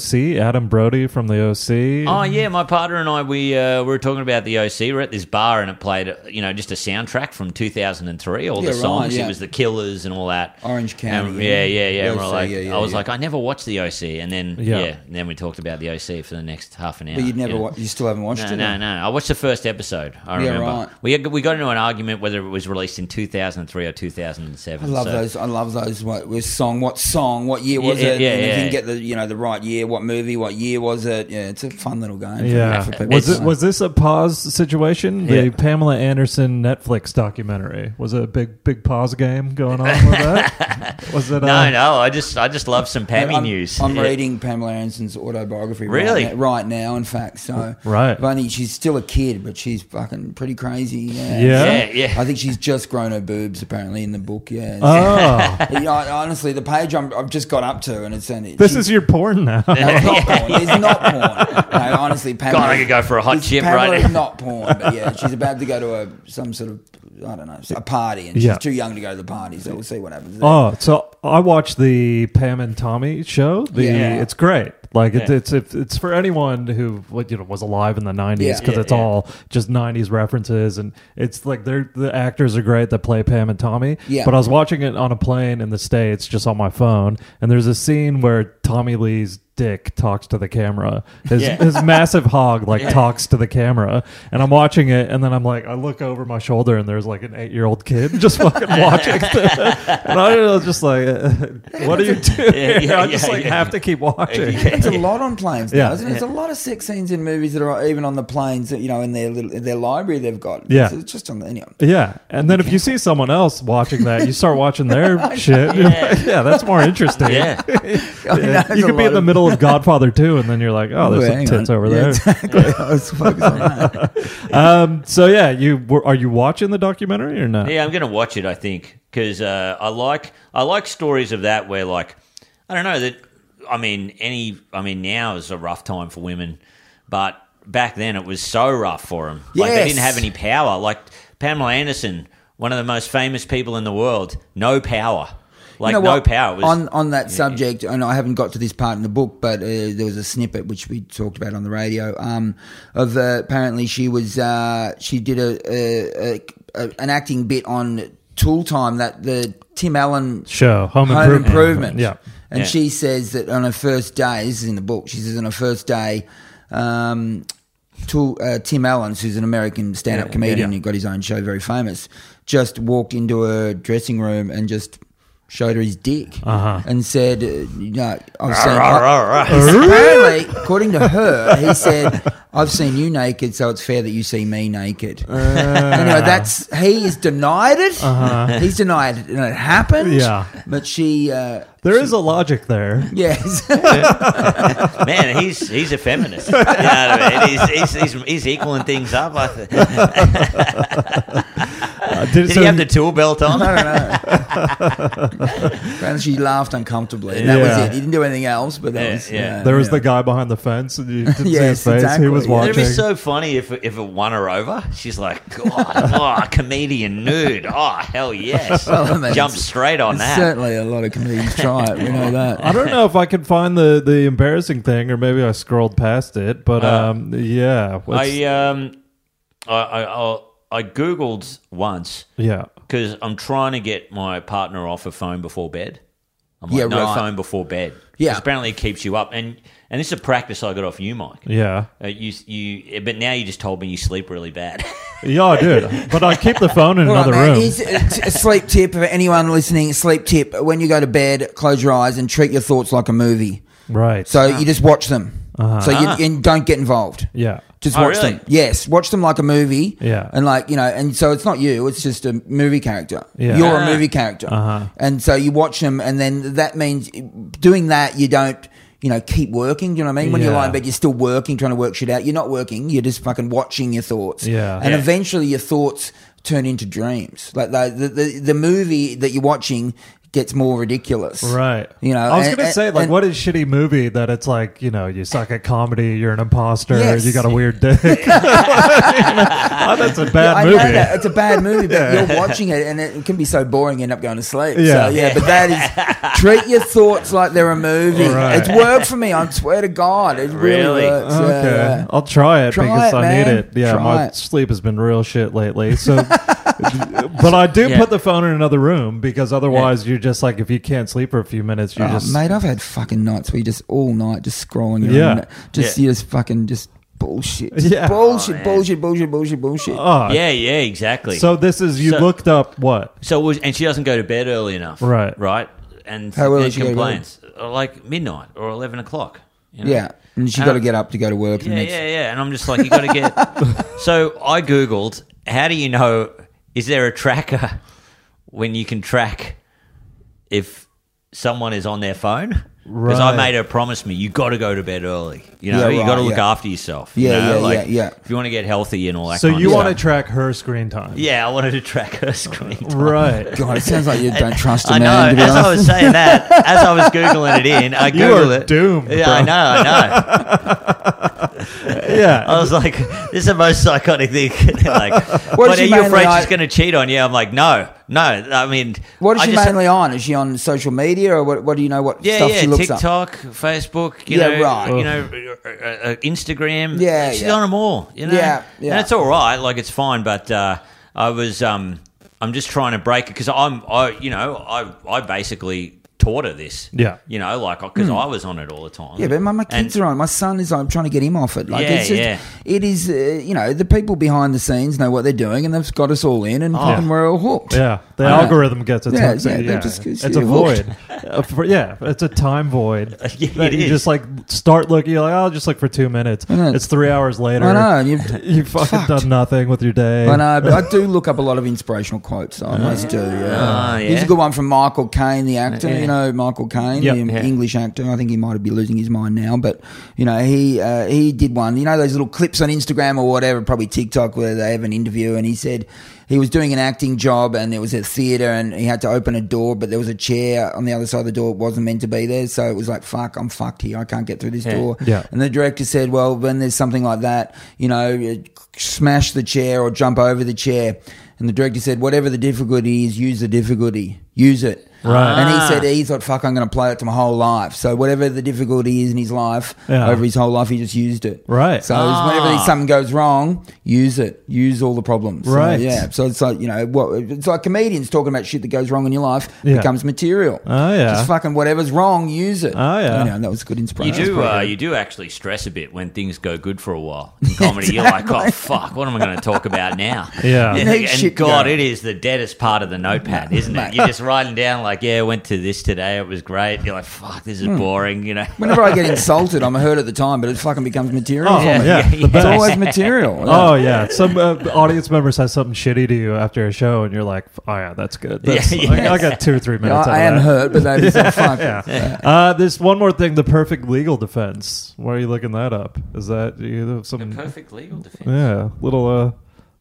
B: the OC, Adam Brody from the OC.
C: Oh yeah, my partner and I we uh, we were talking about the OC. We are at this bar and it played you know just a soundtrack from 2003. All
D: Yeah,
C: the
D: right,
C: songs.
D: yeah.
C: It was the Killers and all that.
D: Orange County,
C: And- yeah, yeah,
D: yeah.
C: yeah. And
D: OC,
C: we're like,
D: yeah, yeah,
C: I was
D: yeah.
C: like, I never watched the OC, and then
B: Yeah.
C: yeah, and then we talked about the OC for the next half an hour.
D: But you'd never,
C: yeah.
D: wa- you still haven't watched
C: No,
D: it.
C: no, no. I watched the first episode. I
D: Yeah,
C: remember
D: right.
C: we had, we got into an argument whether it was released in 2003 or 2007.
D: I love
C: so-
D: those. I love those. What was song? What song? What year was
C: Yeah,
D: it?
C: yeah,
D: and if you
C: yeah.
D: can get the you know the right year. What movie? What year was it? Yeah, it's a fun little game. for-
B: Yeah.
D: for people.
B: Was it, was this a pause situation? The
C: Yeah.
B: Pamela Anderson Netflix documentary. Was it a big big pause game going on with that? was it
C: No,
B: uh,
C: no. I just I just love some Pammy
D: I'm,
C: news.
D: I'm
C: Yeah.
D: reading Pamela Anderson's autobiography
C: Really?
D: right, now, right now, in fact. So
B: Right.
D: if only she's still a kid, but she's fucking pretty crazy. Yeah,
B: Yeah?
C: Yeah, yeah.
D: I think she's just grown her boobs apparently in the book. Yeah.
B: Oh.
D: You know, I- honestly, the page I'm, I've just got up to, and it's and it,
B: This
D: she-
B: is your porn now.
D: No, it's not porn. It's not porn. No, honestly, Pamela.
C: God, I could go for a hot
D: it's-
C: chip
D: Pamela
C: right
D: is
C: now.
D: not porn, but yeah, she's about to go to a some sort of I don't know a party, and she's
B: Yeah.
D: too young to go to the party, so we'll see what happens. there.
B: Oh, so I watched the Pam and Tommy show. The
D: Yeah.
B: it's great. Like it,
C: Yeah.
B: it's it's it's for anyone who what, you know was alive in the '90s
D: Yeah.
B: because
C: Yeah,
B: it's
C: yeah.
B: all just '90s references and it's like they're the actors are great that play Pam and Tommy.
D: Yeah.
B: But I was watching it on a plane in the states, just on my phone, and there's a scene where Tommy Lee's dick talks to the camera. His
C: Yeah.
B: his massive hog like talks to the camera, and I'm watching it, and then I'm like, I look over my shoulder, and there's like an eight year old kid just fucking watching. And I was just like, uh, what are you doing?
C: Yeah, yeah,
B: I just
C: yeah,
B: like
C: yeah.
B: have to keep watching.
D: It's a lot on planes now,
B: Yeah.
D: isn't it? There's a lot of sex scenes in movies that are even on the planes, that, you know, in their little in their library they've got.
B: Yeah.
D: It's- It's just on the, anyway.
B: Yeah. And then if you see someone else watching that, you start watching their shit. You're
C: Yeah.
B: like, yeah, that's more interesting.
C: Yeah.
D: I know,
B: Yeah.
D: there's
B: You
D: a
B: could be in
D: lot
B: the
D: of-
B: middle of Godfather 2, and then you're like, oh,
D: Ooh,
B: there's some
D: hang
B: tits
D: on.
B: over
D: Yeah,
B: there.
D: Exactly. I was focused on that.
B: Um, so, yeah, you were, are you watching the documentary or not?
C: Yeah, I'm gonna watch it. I think because uh, I like I like stories of that where like I don't know that I mean any I mean now is a rough time for women, but back then it was so rough for them. Like they didn't
D: Yes.
C: have any power. Like Pamela Anderson, one of the most famous people in the world, no power. Like
D: You know
C: no
D: what?
C: power. It was,
D: on on that subject, and I haven't got to this part in the book, but uh, there was a snippet which we talked about on the radio. Um, of uh, apparently she was uh, she did a, a, a, a an acting bit on Tool Time that the Tim Allen
B: Show, Home
D: Home
B: Improvement.
D: Improvement.
B: Yeah.
D: And
C: Yeah.
D: she says that on her first day, this is in the book, she says on her first day, um, to, uh, Tim Allens, who's an American stand up
C: Yeah,
D: comedian
B: yeah.
D: who got his own show, very famous, just walked into her dressing room and just showed her his dick
B: Uh-huh.
D: and said, uh, you know, I've seen.
C: Rah, rah, rah, rah.
B: Oh,
D: apparently, according to her, he said, I've seen you naked, so it's fair that you see me naked.
B: Ah.
D: anyway, that's he is denied it. He's denied it, and it happened.
B: Uh-huh. Yeah.
D: but she, uh,
B: There is a logic there.
D: yes,
C: Man, he's he's a feminist. You know what I mean? He's, he's, he's, he's equaling things up. I th-
B: Uh,
C: Did
B: so
C: he have the tool belt on?
D: and she laughed uncomfortably, and that
B: Yeah.
D: was it. He didn't do anything else, but that
C: Yeah,
D: was uh,
C: yeah.
B: there was
D: yeah.
B: the guy behind the fence, and you didn't see
D: Yes,
B: his face.
D: exactly.
B: He was
D: Yeah.
B: watching.
C: It'd be so funny if, if it won her over. She's like, God, oh, comedian nude. Oh, hell yes.
D: Well, I mean,
C: Jump
D: Oh, it's-
C: straight on that.
D: Certainly, a lot of comedians try it. We know that.
B: I don't know if I can find the, the embarrassing thing, or maybe I scrolled past it. But
C: Uh,
B: um, yeah, it's-
C: I um, I I, I, I googled once
B: yeah.
C: because I'm trying to get my partner off a phone before bed. I'm like,
D: Yeah,
C: no
D: right.
C: phone before bed. 'Cause
D: Yeah.
C: apparently it keeps you up, and and this is a practice I got off you, Mike.
B: Yeah,
C: Uh, you you, but now you just told me you sleep really bad.
B: yeah, I did, but I keep the phone in
D: All right,
B: another
D: mate,
B: room.
D: Here's a, t- a sleep tip for anyone listening. Sleep tip: when you go to bed, close your eyes and treat your thoughts like a movie.
B: right.
D: So you just watch them. So you
C: Ah.
D: and don't get involved.
B: Ah. Uh-huh. yeah,
D: Just
C: Oh,
D: watch
C: really?
D: them. Yes, watch them like a movie.
B: Yeah.
D: and like you know, and so it's not you; it's just a movie character.
B: Yeah.
D: you're a
C: Ah.
D: movie character,
B: Uh-huh.
D: and so you watch them, and then that means doing that you don't. You know, keep working. Do you know what I mean? When you're
B: Yeah.
D: lying in bed, you're still working, trying to work shit out. You're not working. You're just fucking watching your thoughts.
B: Yeah.
D: And
C: Yeah.
D: eventually, your thoughts turn into dreams. Like the the, the, the movie that you're watching gets more ridiculous.
B: right.
D: You know,
B: I was
D: and-
B: gonna
D: and-
B: say like,
D: and-
B: what is shitty movie that it's like you know you suck at comedy, you're an imposter,
D: Yes.
B: you got a weird dick. You know? Oh, that's a bad
D: I
B: movie.
D: know that it's a bad movie, but you're watching it and it can be so boring. You end up going to sleep.
B: Yeah.
D: so, yeah. But that is treat your thoughts like they're a movie.
B: Right.
D: It's worked for me. I swear to God, it really,
C: Really?
D: works. Yeah,
B: Okay,
D: yeah.
B: I'll try it
D: uh, Try
B: because
D: it,
B: I
D: man.
B: need it. Yeah,
D: Try
B: my
D: it.
B: sleep has been real shit lately. So, but I do
C: Yeah.
B: put the phone in another room because otherwise you're just like if you can't sleep for a few minutes, you
D: Oh,
B: just
D: mate, I've had fucking nights where you just all night just scrolling. Your
B: Yeah.
D: own- just
C: Yeah.
D: you just fucking just bullshit. Just
B: Yeah.
C: Oh,
D: bullshit,
C: man.
D: bullshit, bullshit, bullshit, bullshit.
B: oh.
C: yeah, yeah, exactly.
B: So this is you
C: So-
B: looked up what?
C: So it was, and she doesn't go to bed early enough,
B: Right.
C: Right, and
D: How early
C: and
D: does she go to bed?
C: complains Uh, like midnight or eleven o'clock. you know?
D: yeah, and she
C: And
D: got to
C: I'm-
D: get up to go to work. the
C: Uh, Yeah,
D: next-
C: yeah, yeah. And I'm just like, you got to get. so I googled, how do you know? Is there a tracker when you can track if someone is on their phone? Because
B: Right.
C: I made her promise me, you got to go to bed early. You know,
D: Yeah,
C: you got to
D: right,
C: look
D: yeah.
C: after yourself.
D: Yeah,
C: you know?
D: yeah,
C: like,
D: yeah, yeah.
C: If you want to get healthy and all that.
B: So
C: kind
B: you
C: of
B: want to
C: stuff.
B: track her screen time?
C: Yeah, I wanted to track her screen time.
B: Right.
D: God, it sounds like you don't trust a
C: I
D: man.
C: know.
D: to be
C: As
D: honest.
C: I was saying that, as I was googling it in, I googled
B: You are
C: it.
B: doomed,
C: Yeah,
B: bro.
C: I know. I know. I
B: yeah.
C: was like, this is the most psychotic thing. like,
D: What
C: but
D: is
C: are
D: she
C: you afraid
D: mainly-
C: she's going to cheat on you? I'm like, no, no. I mean,
D: What is
C: I
D: she
C: just-
D: mainly on? Is she on social media or what? What do you know? What
C: Yeah,
D: stuff
C: yeah.
D: she looks up?
C: TikTok, Facebook, you
D: Yeah,
C: know,
D: right.
C: you know, uh, uh, uh, Instagram.
D: Yeah,
C: she's
D: yeah.
C: on them all. You know,
D: Yeah, yeah.
C: And it's all right. Like it's fine. But uh, I was, um, I'm just trying to break it because I'm, I, you know, I, I basically taught her this.
B: Yeah.
C: You know, like because I was on it all the time.
D: Hmm. Yeah, but my, my kids
C: And-
D: are on. it. My son is. I'm trying to get him off it. Like
C: Yeah,
D: it's just,
C: yeah.
D: It is. Uh, you know, the people behind the scenes know what they're doing, and they've got us all in,
C: Oh.
D: and fucking we're all hooked.
B: Yeah, the
D: I know.
B: algorithm gets it.
D: Yeah,
B: hooked.
D: yeah,
B: Yeah,
D: they just-
B: it's
D: it's
B: a
D: hooked.
B: void. Uh, for- yeah, it's a time void.
C: Yeah,
B: that
C: it
B: you
C: is.
B: just like start looking. You're like, I'll just look for two minutes.
D: know.
B: It's three hours later.
D: I know. And you've,
B: You fucking
D: Fucked.
B: done nothing with your day.
D: I know, but I do look up a lot of inspirational quotes. I must do. Yeah.
C: Ah,
D: Here's
C: yeah.
D: a good one from Michael Caine, the actor.
C: Yeah.
D: You know, Michael Caine,
B: Yep.
D: the
B: Yeah.
D: English actor. I think he might be losing his mind now, but you know, he uh, he did one. You know, those little clips on Instagram or whatever, probably TikTok, where they have an interview, and he said. He was doing an acting job and there was a theatre and he had to open a door, but there was a chair on the other side of the door. It wasn't meant to be there. So it was like, fuck, I'm fucked here. I can't get through this door.
B: Yeah.
D: And the director said, "Well, when there's something like that, you know, you smash the chair or jump over the chair." And the director said, "Whatever the difficulty is, use the difficulty. Use it."
B: Right.
D: And he
C: Ah.
D: said he thought, "Fuck, I'm going to play it to my whole life." So whatever the difficulty is in his life,
B: Yeah.
D: over his whole life, he just used it.
B: Right.
D: So it's whenever
C: Ah.
D: something goes wrong, use it. Use all the problems. So,
B: Right.
D: yeah. So it's like you know, what it's like comedians talking about shit that goes wrong in your life
B: Yeah.
D: becomes material.
B: Oh, yeah.
D: Just fucking whatever's wrong, use it.
B: Oh, yeah.
D: You know, and that was good
C: You
D: inspiration.
C: do, uh, you do actually stress a bit when things go good for a while in comedy. You're like, oh fuck, what am I going to talk about now?
B: Yeah.
C: and,
D: Make shit
C: God,
D: go.
C: it is the deadest part of the notepad, isn't it? You're just writing down like, yeah, I went to this today, it was great. You're like, fuck, this is boring, you know.
D: Hmm. Whenever I get insulted, I'm hurt at the time, but it fucking becomes material.
B: Oh,
D: for
B: yeah.
D: me.
C: yeah,
B: the
C: yeah.
D: It's
B: best.
D: always material.
B: Oh yeah, some uh, audience member says something shitty to you after a show, and you're like, "Oh yeah, that's good. That's,
C: Yeah, yeah.
B: I, I got two or three
D: You know,
B: minutes."
D: I,
B: out of
D: am
B: that.
D: hurt, but that is a fuck.
B: Yeah. Uh, this one more thing: the perfect legal defense. Why are you looking that up? Is that you have some?
C: legal defense.
B: yeah, little uh,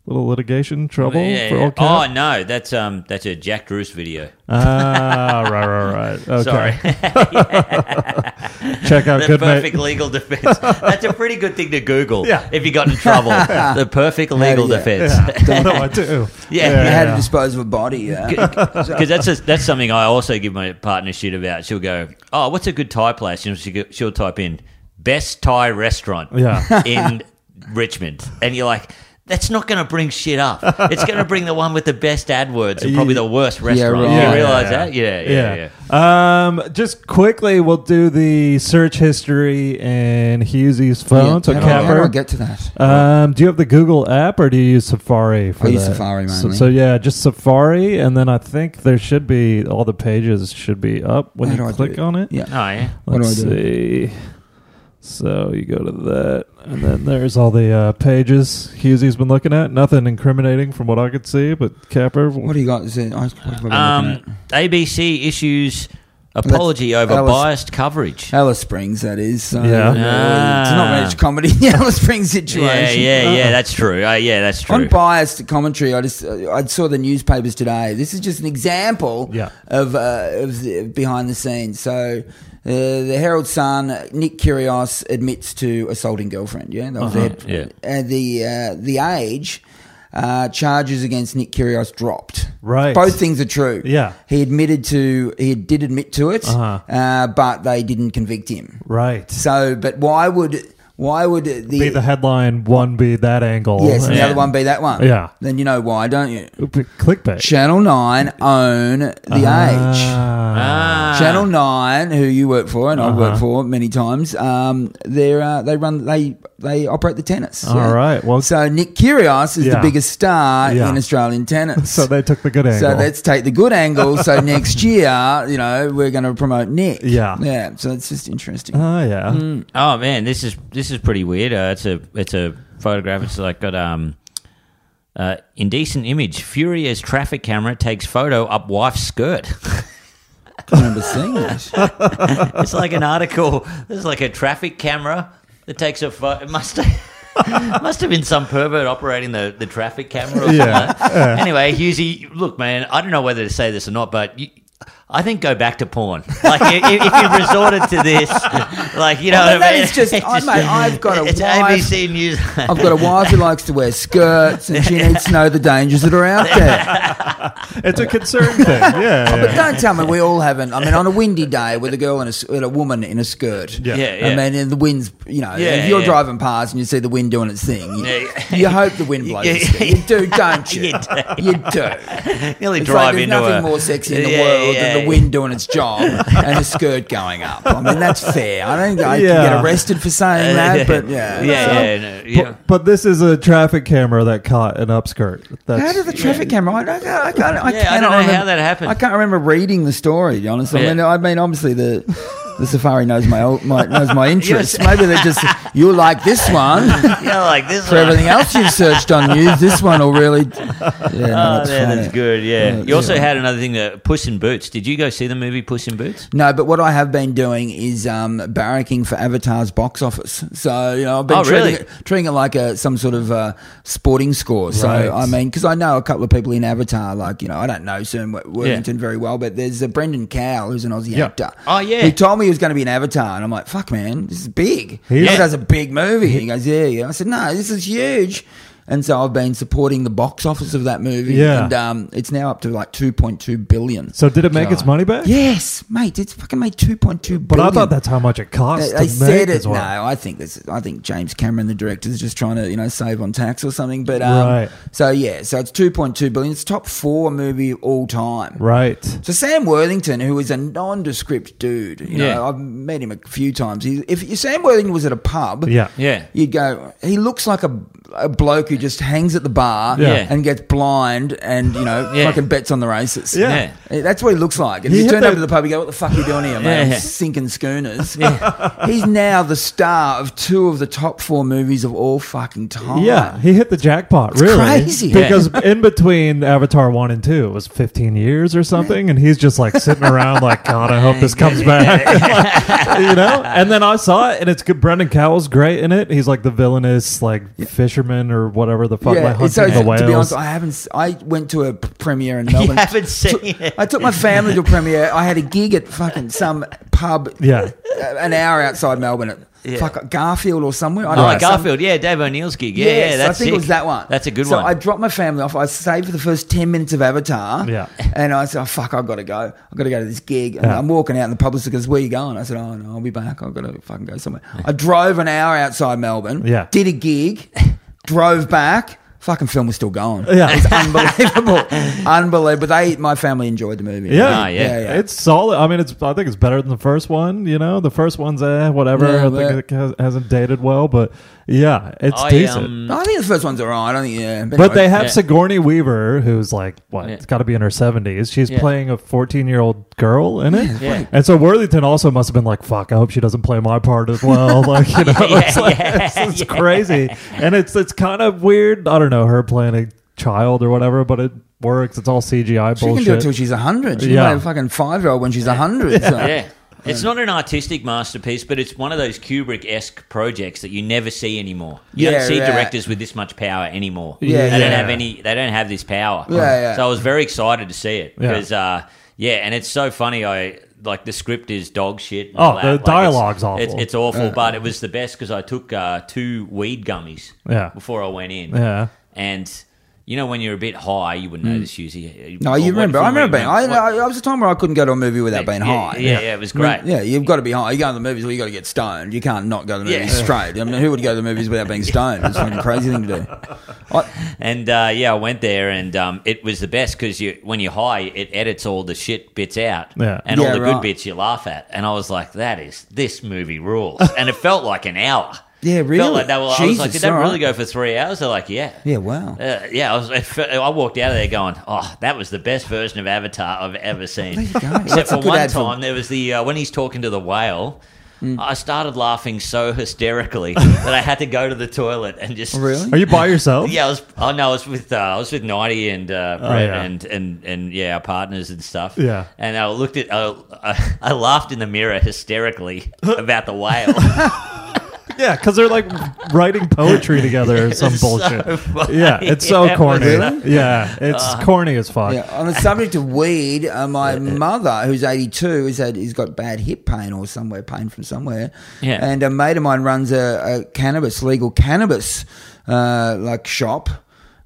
B: little litigation trouble
C: Yeah,
B: for
C: yeah.
B: old
C: Oh
B: cat.
C: no, that's um, that's a Jack Bruce video.
B: Ah, right, right, right. Okay.
C: Sorry,
B: Check out
C: the
B: good
C: perfect
B: mate.
C: legal defense. That's a pretty good thing to Google.
B: Yeah.
C: if you got in trouble, the perfect legal
D: yeah.
C: defense.
B: Yeah. no, I do.
C: Yeah.
D: You had to
B: yeah.
D: dispose of a body. Yeah.
C: because that's just, that's something I also give my partner shit about. She'll go, "Oh, what's a good Thai place?" And she go- she'll type in "best Thai restaurant
B: Yeah.
C: in Richmond," and you're like. That's not going to bring shit up. It's going to bring the one with the best ad words and probably the worst restaurant.
D: right. Yeah,
C: you realize
B: yeah.
C: that? Yeah, yeah, yeah.
B: Um, just quickly, we'll do the search history in Hughesy's phone.
D: Yeah.
B: So,
D: how, do I- how do I
B: Capper,
D: get to that?
B: um, do you have the Google app or do you use Safari for
D: I use
B: that?
D: Safari
B: So,
D: mainly.
B: so yeah, just Safari, and then I think there should be all the pages should be up when
D: How
B: you
D: do I do
B: click
D: it?
B: on it.
D: Yeah.
C: Oh, yeah.
D: What do
B: Let's
D: I do?
B: see. So you go to that, and then there's all the uh, pages Hughesy's been looking at. Nothing incriminating from what I could see, but Capper.
D: What do you got? Is it, I, what have I been looking
C: Um, ABC issues apology over
D: Alice-
C: biased coverage.
D: at? Alice Springs, that is. So
B: Yeah.
D: uh, It's not
C: Ah.
D: much comedy in the Alice Springs situation. Uh-uh.
C: Yeah, yeah, yeah. That's true. Uh, yeah, that's true.
D: I'm biased to commentary. I just uh, I saw the newspapers today. This is just an example
B: Yeah.
D: of uh, of the behind the scenes. So. Uh, the Herald Sun, Nick Kyrgios admits to assaulting girlfriend. Yeah, that was
B: Uh-huh.
D: the head.
C: Yeah.
D: Uh, the uh, the Age uh, charges against Nick Kyrgios dropped.
B: Right.
D: both things are true.
B: Yeah.
D: he admitted to he did admit to it,
B: Uh-huh.
D: uh, but they didn't convict him.
B: Right.
D: So, but why would why would the
B: be the headline, one be that angle.
D: yes and the
B: and-
D: other one be that one?
B: Yeah.
D: then you know why, don't you?
B: Clickbait.
D: Channel 9 own the age.
B: Ah.
C: Ah.
D: Channel 9, who you work for and I've
B: Uh-huh.
D: worked for many times, um, they're, uh, they run they they operate the tennis.
B: All right, well-
D: so Nick Kyrgios is
B: Yeah.
D: the biggest star
B: Yeah.
D: in Australian tennis.
B: So they took the good angle.
D: So let's take the good angle. So next year, you know, we're going to promote Nick.
B: Yeah.
D: yeah. So it's just interesting.
B: Oh yeah.
C: Oh man, this is this is pretty weird. Uh, it's a it's a photograph. It's like got um. Uh, indecent image. Fury as traffic camera takes photo up wife's skirt.
D: I remember seeing that.
C: it's like an article. This is like a traffic camera that takes a photo. It must have, must have been some pervert operating the, the traffic camera. Or
B: Yeah,
C: something. Anyway, Husey, look, man, I don't know whether to say this or not, but you, I think go back to porn. Like if, if you resorted to this, like you know,
D: Well,
C: what I
D: that
C: mean?
D: is just- oh, mate, I've got a
C: It's
D: wife.
C: ABC News.
D: I've got a wife who likes to wear skirts and she needs to know the dangers that are out there.
B: It's a concern thing. Yeah.
D: But
B: yeah.
D: don't tell me we all haven't. I mean, on a windy day with a girl and a, with a woman in a skirt.
B: Yeah.
C: yeah, yeah.
D: I mean, and the wind's, you know,
C: Yeah,
D: if you're
C: yeah.
D: driving past and you see the wind doing its thing, you,
C: Yeah.
D: you hope the wind blows.
C: Yeah,
D: its thing. You do, don't you?
C: You
D: do. You do.
C: Nearly
D: It's like
C: drive
D: there's
C: into
D: nothing
C: a,
D: more sexy in the
C: Yeah,
D: world
C: yeah,
D: than the wind doing its job and a skirt going up. I mean, that's fair. I don't think I
B: Yeah.
D: can get arrested for saying that, but yeah.
C: yeah, yeah, no, yeah.
B: But, but this is a traffic camera that caught an upskirt. That's,
D: How did the traffic camera? I, don't- I, can't, I,
C: Yeah, I
D: cannot
C: don't know
D: remember,
C: how that happened.
D: I can't remember reading the story. Honestly,
C: Yeah.
D: I, mean, I mean, obviously the the safari knows my, my knows my interests. Maybe they're just you like this one
C: yeah, like this.
D: for
C: one.
D: everything else you've searched on news. This one will really. Yeah, no,
C: Oh,
D: that's
C: yeah,
D: funny.
C: that's good. Yeah.
D: Yeah,
C: you also
D: yeah.
C: had another thing, uh, Puss in Boots. Did you go see the movie Puss in Boots?
D: No, but what I have been doing is um, barracking for Avatar's box office. So you know, I've been
C: Oh,
D: treating,
C: really?
D: it, treating it like a some sort of uh, sporting score. So
B: Right.
D: I mean, because I know a couple of people in Avatar, like you know, I don't know Sam Wor- Worthington very well, but there's a Brendan Cowell who's an Aussie
B: Yeah.
D: actor.
C: Oh, yeah.
D: who told me he was going to be an Avatar, and I'm like, fuck, man, this is big.
B: He
D: He
B: is-
D: Avatar's a big movie. He goes, yeah, yeah. I said, no, this is huge. And so I've been supporting the box office of that movie.
B: Yeah.
D: And um, it's now up to like 2.2 billion.
B: So did it make its
C: God.
B: money back?
D: Yes, mate, it's fucking made 2.2 billion.
B: But I thought that's how much it costs
D: They,
B: to
D: they
B: make
D: said it.
B: as well.
D: No, I think this. I think James Cameron, the director, is just trying to you know save on tax or something. But um,
B: Right.
D: so yeah, so it's two point two billion. It's top four movie of all time.
B: Right.
D: So Sam Worthington, who is a nondescript dude, you
C: Yeah.
D: know, I've met him a few times. He, if Sam Worthington was at a pub,
B: Yeah.
C: Yeah.
D: you'd go. He looks like a, a bloke who just hangs at the bar
B: Yeah.
D: and gets blind and you know
C: Yeah.
D: fucking bets on the races.
B: Yeah.
C: Yeah.
D: That's what he looks like. And
B: He
D: if you
B: hit
D: turn up
B: that-
D: to the pub, you go, "What the fuck are you doing here, man?
C: Yeah.
D: Sinking schooners." He's now the star of two of the top four movies of all fucking time.
B: Yeah, he hit the jackpot. really,
D: Oh crazy. Yeah.
B: because in between Avatar one and two, it was fifteen years or something, and he's just like sitting around, like, God, I hope this comes back, Like, you know. And then I saw it, and it's good. Brendan Cowell's great in it. He's like the villainous, like fisherman or whatever the fuck,
D: Yeah,
B: like
D: and so
B: hunting the whales.
D: to be honest, I haven't. s- I went to a p- premiere in
C: You
D: Melbourne.
C: haven't seen it.
D: I took my family to a premiere. I had a gig at fucking some pub,
B: yeah,
D: uh, an hour outside Melbourne, at
C: Yeah.
D: fuck Garfield or somewhere. I
C: Oh,
D: don't know, some-
C: Garfield, yeah, Dave O'Neill's gig, yeah,
D: Yes,
C: yeah, that's
D: I think
C: sick.
D: it was that one.
C: That's a good
D: so
C: one.
D: I dropped my family off. I stayed for the first ten minutes of Avatar.
B: Yeah.
D: And I said, "Oh fuck, I've got to go. I've got to go to this gig." And
B: Yeah.
D: I'm walking out, and the publisher goes, "Where you going?" I said, "Oh no, I'll be back. I've got to fucking go somewhere." I drove an hour outside Melbourne.
B: Yeah.
D: Did a gig, drove back. Fucking film was still going.
B: Yeah.
D: It's unbelievable, unbelievable. They, my family enjoyed the movie.
B: yeah.
C: Ah, yeah.
B: It's solid. I mean, it's. I think it's better than the first one. You know, the first one's eh, whatever.
D: Yeah,
B: I think
D: but-
B: it has, hasn't dated well, but yeah, it's
C: I,
B: decent.
C: um,
D: I think the first one's alright. I think yeah,
B: But they
D: anyway.
B: have
C: Yeah.
B: Sigourney Weaver, who's like what?
C: Yeah.
B: It's got to be in her seventies. She's
C: Yeah.
B: playing a fourteen-year-old girl in it,
C: Yeah.
B: and so Worthington also must have been like, "Fuck, I hope she doesn't play my part as well." like you know, it's, like, it's, it's crazy, and it's it's kind of weird. I don't know her playing a child or whatever, but it works. It's all CGI
D: She
B: bullshit.
D: can do it till she's hundred. She
B: Yeah.
D: yeah. a fucking five year old when she's hundred. So.
C: yeah. It's not an artistic masterpiece, but it's one of those Kubrick esque projects that you never see anymore. You
D: Yeah,
C: don't see
D: right.
C: directors with this much power anymore.
D: Yeah,
C: they don't
B: yeah.
C: have any. They don't have this power.
D: Yeah, yeah.
C: So I was very excited to see it
B: Yeah.
C: because, uh, yeah, and it's so funny. I like the script is dog shit. and
B: Oh,
C: all that.
B: the
C: Like, it's-
B: dialogue's awful.
C: It's, it's awful, but it was the best because I took uh, two weed gummies
B: Yeah.
C: before I went in.
B: Yeah. Mm.
C: and. You know, when you're a bit high, you wouldn't notice usually.
D: No,
C: Or
D: you
C: what-
D: remember.
C: from what
D: I
C: you
D: remember being. I,
C: what-
D: I, I was a time where I couldn't go to a movie without being
C: yeah,
D: high. Mm,
C: Yeah, yeah, it was great.
D: Yeah, you've got to be high. You go to the movies, well, you got to get stoned. You can't not go to the movies straight. I mean, who would go to the movies without being stoned? It's a fucking crazy thing to do. I,
C: And uh, yeah, I went there, and um, it was the best because you, when you're high, it edits all the shit bits out,
B: Yeah.
C: and
D: Yeah,
C: all the
D: right.
C: good bits you laugh at. And I was like, "That is this movie rules," and it felt like an hour.
D: Yeah, really?
C: Felt like they were, I was like,
D: Jesus,
C: "Did that
D: all
C: really go
D: right.
C: for three hours?" They're like, "Yeah."
D: yeah, wow.
C: Uh, yeah, I, was, it fe- I walked out of there going, "Oh, that was the best version of Avatar I've ever seen."
D: There you go.
C: Except
D: That's a
C: for
D: good
C: one
D: ad for- Mm.
C: time, there was the uh, when he's talking to the whale. I started laughing so hysterically that I had to go to the toilet and just
D: Really?
B: Are you by yourself?
C: yeah, I was. Oh no, I was with uh, I was with Nighty and uh,
D: Oh,
C: Brett
B: yeah.
C: and, and and yeah, our partners and stuff.
B: Yeah.
C: and I looked at. I, I, I laughed in the mirror hysterically about the whale.
B: yeah, because they're like writing poetry together or some
C: It's so
B: bullshit.
C: funny.
B: yeah, it's so
C: It was
B: corny.
C: so-
B: Yeah, it's
C: Uh-huh.
B: corny as fuck.
D: Yeah, on the subject of weed, uh, my mother, who's 82, has had, he's got bad hip pain or somewhere, pain from somewhere.
C: Yeah.
D: And a mate of mine runs a, a cannabis, legal cannabis, uh, like shop.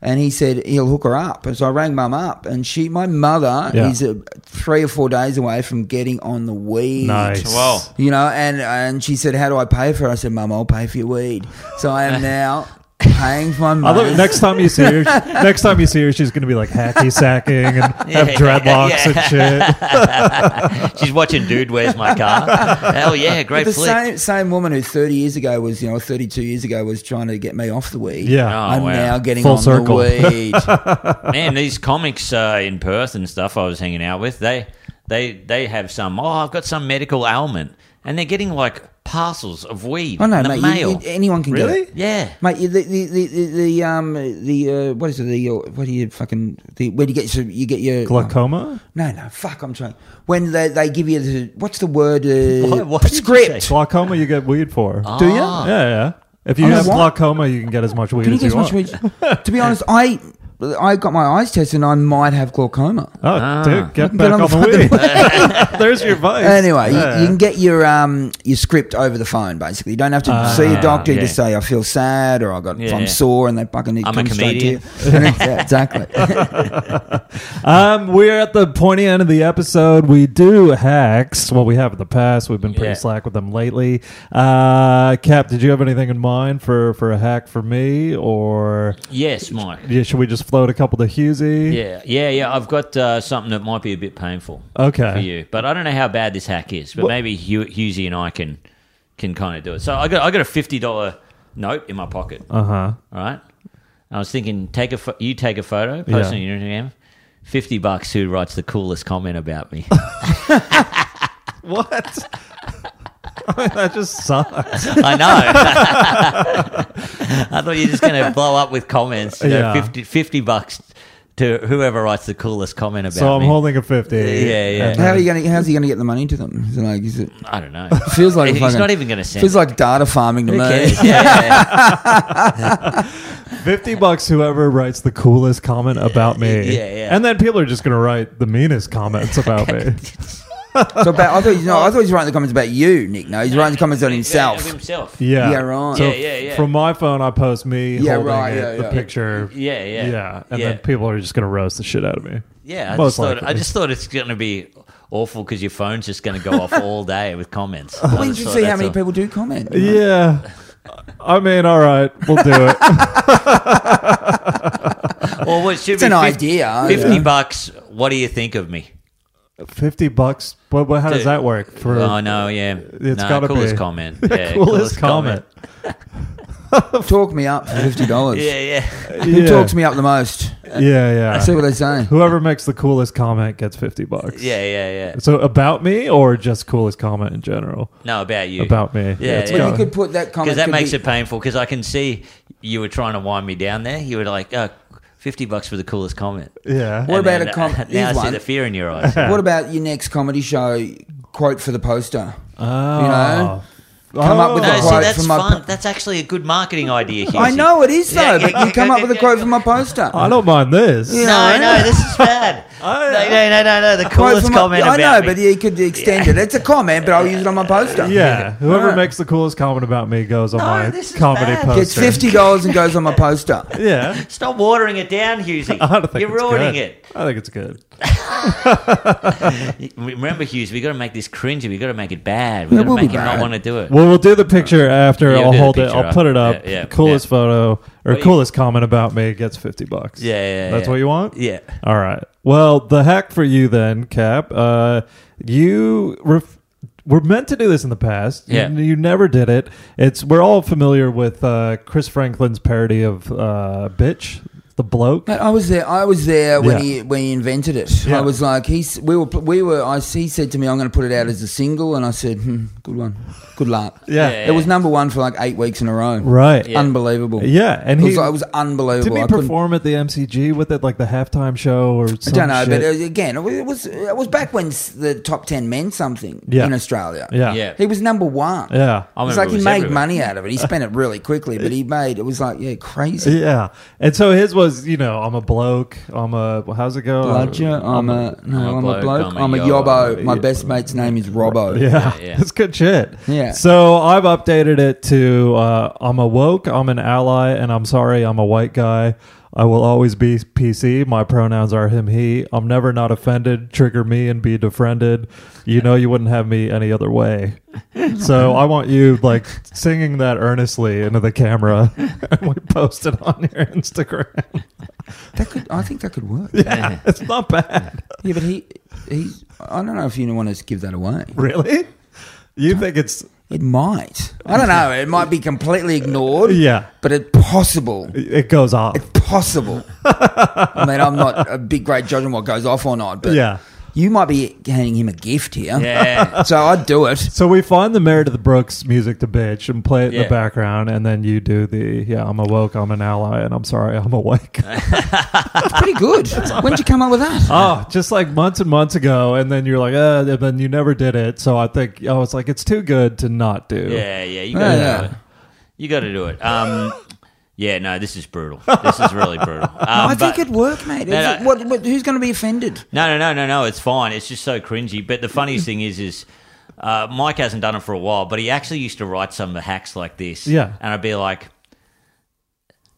D: And he said he'll hook her up. And so I rang mum up, and she, my mother,
B: Yeah.
D: is uh, three or four days away from getting on the weed.
B: Nice.
C: Wow.
D: You know, and and she said, "How do I pay for it?" I said, "Mum, I'll pay for your weed." So I am now paying for my
B: I love
D: mum.
B: it. next time you see her. Next time you see her, she's gonna be like hacky sacking and have
C: Yeah,
B: dreadlocks and shit.
C: She's watching Dude, Where's My Car? Hell yeah, great
D: the
C: flick.
D: same same woman who 30 years ago was, you know, 32 years ago was trying to get me off the weed.
B: Yeah.
C: Oh,
D: I'm
C: wow.
D: now getting
B: Full
D: on
B: circle.
D: the weed.
C: Man, these comics uh, in Perth and stuff I was hanging out with, they they they have some. Oh, I've got some medical ailment, and they're getting like parcels of weed
D: oh no,
C: in the
D: mate, you-
C: mail.
D: you- anyone can
B: Really?
D: get it.
C: yeah.
D: Mate, you- the the the, the, the um the uh, what is it the uh, what do you fucking the, where do you get your, you get your
B: Glaucoma.
D: no no fuck I'm trying when they, they give you the what's the word uh,
C: What- what did you
D: script
B: Glaucoma, you get weed for.
D: do you
C: Ah.
B: Yeah, yeah. If you
D: Oh,
B: have
D: what?
B: glaucoma, you can get as much weed
D: Can you
B: as
D: get
B: you
D: as much
B: want.
D: weed? to be honest, I I got my eyes tested and I might have glaucoma.
B: Oh,
C: Ah.
B: dude, get
D: Get
B: back
D: on
B: on,
D: the
B: the weed. There's your vice.
D: Anyway,
B: Yeah.
D: you, you can get your um, your script over the phone. Basically, you don't have to
B: Ah,
D: see a doctor. You
C: yeah.
D: just say I feel sad or I got
C: Yeah,
D: I'm
C: yeah.
D: sore, and they fucking it
C: I'm a
D: comes straight to you.
C: comedian.
D: yeah, exactly.
B: Um, we're at the pointy end of the episode. We do hacks. Well, we have in the past. We've been pretty
C: Yeah.
B: slack with them lately. Uh, Cap, did you have anything in mind for, for a hack for me, or
C: Yes, Mike.
B: yeah, should we just float a couple to Husey?
C: Yeah, yeah, yeah. I've got uh, something that might be a bit painful
B: Okay.
C: for you, but I don't know how bad this hack is. But maybe Hu- Husey and I can can kind of do it. So I got I got a fifty dollar note in my pocket.
B: Uh huh.
C: All right. I was thinking, take a pho- you take a photo, post
B: Yeah.
C: it on Instagram. Fifty bucks. Who writes the coolest comment about me?
B: What? I mean, that just sucks.
C: I know. I thought you were just going to blow up with comments. You know,
B: Yeah.
C: 50, 50 bucks to whoever writes the coolest comment about
B: So I'm
C: me.
B: holding a fifty.
C: Yeah, yeah.
B: And
D: How are
B: then-
D: you going? How's he going to get the money to them? Is it like is it?
C: I don't know.
D: Feels like a
C: he's
D: fucking-
C: not even going to send.
D: Feels like data farming to
C: it. Who
D: me.
C: cares? Yeah, yeah, yeah.
B: Fifty bucks. Whoever writes the coolest comment about me.
C: yeah, yeah.
B: And then people are just gonna write the meanest comments about me.
D: So about, I thought he's no, I thought he's writing the comments about you, Nick. No, he's writing the comments on himself.
C: Yeah, of himself.
B: Yeah.
D: Yeah, right.
B: So
C: Yeah, yeah, yeah.
B: From my phone, I post me
D: Yeah,
B: holding
D: right,
B: it,
D: yeah,
B: the
D: yeah.
B: picture.
C: Yeah, yeah.
B: Yeah. And
C: Yeah.
B: then people are just going to roast the shit out of me.
C: Yeah, I
B: Most
C: just thought I
B: likely.
C: just thought it's going to be awful because your phone's just going to go off all day with comments. I
D: Well, you
C: just
D: should
C: thought
D: see how
C: that's
D: many
C: all.
D: people do comment.
B: Yeah. I mean, all right, we'll do it.
C: Or what should
D: It's
C: be 50
D: an idea.
C: Fifty
D: yeah.
C: bucks. What do you think of me?
B: 50 bucks. But, but how does
C: Dude.
B: that work? For
C: oh no, yeah,
B: It's
C: no,
B: gotta
C: coolest
B: be.
C: comment.
B: the
C: Yeah,
B: coolest, comment.
D: Talk me up for fifty dollars.
C: Yeah, yeah.
D: Who
B: yeah.
D: talks me up the most?
B: Yeah, yeah.
D: See what they say.
B: Whoever makes the coolest comment gets 50 bucks.
C: Yeah, yeah, yeah.
B: So about me or just coolest comment in general?
C: No, about you.
B: About me.
C: Yeah,
B: it's
C: yeah.
D: Well,
B: got-
D: you could put that comment
C: because that
D: could
C: makes
D: be-
C: it painful. Because I can see you were trying to wind me down there. You were like, oh, 50 bucks for the coolest comment.
B: yeah.
D: What
C: And
D: about
C: then,
D: a com-
C: uh, Now I
D: here's
C: see
D: one.
C: the fear in your eyes.
D: What about your next comedy show? Quote for the poster.
B: Oh.
D: know, come up with
C: no,
D: a
C: see,
D: quote
C: that's
D: from my
C: fun.
D: po-
C: that's actually a good marketing idea. Husey.
D: I know it is though,
C: Yeah, yeah,
D: but you
C: yeah,
D: come
C: yeah,
D: up with a
C: yeah,
D: quote
C: yeah.
D: for my poster.
B: I don't mind this.
D: Yeah.
C: No,
D: I
C: no,
D: know.
C: this is bad.
B: I-
C: no, no, no, no, no. The
D: Quote
C: coolest
D: for my-
C: comment
D: I know,
C: about
D: but
C: me.
D: you could extend it. It's a comment, but I'll use it on my poster.
B: Yeah, whoever
D: Alright.
B: makes the coolest comment about me goes on
C: No,
B: my
C: this is
B: comedy
C: bad.
D: Gets
B: poster.
D: fifty dollars and goes on my poster.
B: Yeah,
C: Stop watering it down, Husey.
B: I don't think
C: You're
B: it's
C: ruining
B: good.
C: it.
B: I think it's good.
C: Remember, Hughes, we got to make this cringy. we got to make it bad. we
D: It
C: got to
D: will be
C: make him
D: bad.
C: not want to do it.
B: Well, we'll do the picture after.
C: Uh, Yeah, we'll
B: I'll
C: do the
B: hold it.
C: picture
B: I'll put it
C: up.
B: up.
C: Yeah, yeah,
B: coolest photo or
C: What you-
B: coolest comment about me gets fifty bucks.
C: Yeah, yeah,
B: that's
C: yeah.
B: what you want.
C: Yeah.
B: All right. Well, the hack for you then, Cap. Uh, you ref- were meant to do this in the past. You-
C: Yeah.
B: You, never did it. It's we're all familiar with uh, Chris Franklin's parody of uh, "Bitch," the bloke.
D: Mate, I was there. I was there when
B: Yeah.
D: he when he invented it.
B: Yeah.
D: I was like, he's we were we were. I he said to me, "I'm going to put it out as a single," and I said, hmm, "Good one, good luck."
B: Yeah.
D: It was number one for like eight weeks in a row.
B: Right. Uh,
C: Yeah.
D: Unbelievable.
B: Yeah, and
D: it
B: he
D: was, it was unbelievable.
B: didn't he
D: I couldn't-
B: perform at the MCG with it, like the halftime show or
D: I
B: something?
D: don't know, but uh, again, it was, it was it was back when s- the top ten meant something
B: Yeah.
D: in Australia.
B: yeah,
C: Yeah.
D: he was number one.
B: yeah,
C: I
D: It was
C: remember
D: like
C: it
D: he
C: was
D: made
C: everywhere.
D: money out of it. He spent it really quickly, but he made it was like yeah, crazy.
B: yeah. And so his was, you know, I'm a bloke. I'm a how's it go?
D: Bludger, I'm a no, I'm a bloke. I'm a yobbo. My best mate's name is Robbo.
B: Yeah,
C: Yeah, yeah.
B: that's good shit.
D: Yeah.
B: So I've updated it to uh, I'm a woke, I'm an ally, and I'm sorry, I'm a white guy. I will always be PC. My pronouns are him, he. I'm never not offended. Trigger me and be defriended. You know you wouldn't have me any other way. So I want you like singing that earnestly into the camera, and we post it on your Instagram.
D: That could I think that could work.
B: Yeah, it's not bad,
D: Yeah, but he he I don't know if you want to give that away.
B: really. You think it's
D: It might. I don't know. It might be completely ignored.
B: yeah?
D: But it's possible.
B: It goes off.
D: It's possible. I mean, I'm not a big great judge on what goes off or not, but
B: Yeah.
D: you might be handing him a gift here.
C: Yeah.
D: So I'd do it.
B: So we find the merit of the Brooks music to bitch and play it in the
C: Yeah.
B: background, and then you do the yeah, I'm awoke, I'm an ally, and I'm sorry, I'm awake.
D: It's pretty good. when did you come up with that?
B: oh, just like months and months ago, and then you're like, uh, and then you never did it. So I think I was like, it's too good to not do.
C: Oh, Yeah, yeah. You got to
D: Yeah.
C: do it. You got to do it. Um, Yeah, no, this is brutal. This is really brutal. Um,
D: I think
C: but-
D: it'd work, mate.
C: No,
D: It's-
C: no.
D: what, what, who's going to be offended?
C: No, no, no, no, no. It's fine. It's just so cringy. But the funniest thing is, is uh, Mike hasn't done it for a while, but he actually used to write some hacks like this.
B: Yeah.
C: and I'd be like.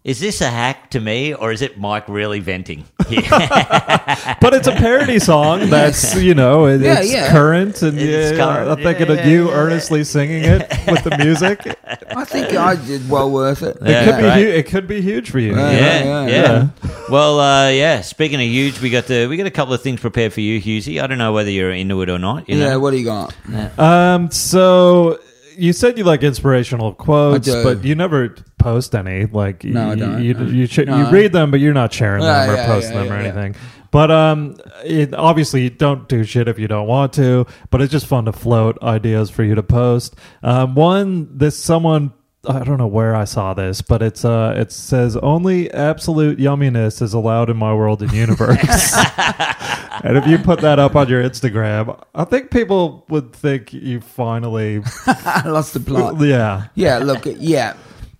C: Is this a hack to me, or is it Mike really venting? Yeah,
B: But it's a parody song that's, you know, it,
D: Yeah,
B: it's
D: yeah.
B: current. And
C: It's
B: yeah,
C: current.
B: I'm thinking
C: Yeah,
B: of you
C: yeah.
B: earnestly singing it with the music. It
D: I think I did well worth it.
C: Yeah.
B: could, be
C: right.
B: hu- it could be huge for you.
D: Yeah.
C: yeah, yeah.
B: yeah.
C: Well, uh, yeah. Speaking of huge, we got the we got a couple of things prepared for you, Husey. I don't know whether you're into it or not. You
D: Yeah,
C: know?
D: what do you got?
B: Um, so you said you like inspirational quotes,
D: I do.
B: but you never post any. Like,
D: No, I
B: you,
D: don't.
B: You, you, sh-
D: No.
B: you read them, but you're not sharing
D: Yeah,
B: them or
D: Ah, yeah,
B: posting
D: yeah,
B: them or
D: yeah, yeah.
B: anything. But um, it, obviously you don't do shit if you don't want to. But it's just fun to float ideas for you to post. Um, one this someone. I don't know where I saw this, but it's uh, it says only absolute yumminess is allowed in my world and universe. And if you put that up on your Instagram, I think people would think you finally.
D: I lost the plot.
B: yeah.
D: Yeah, look, yeah,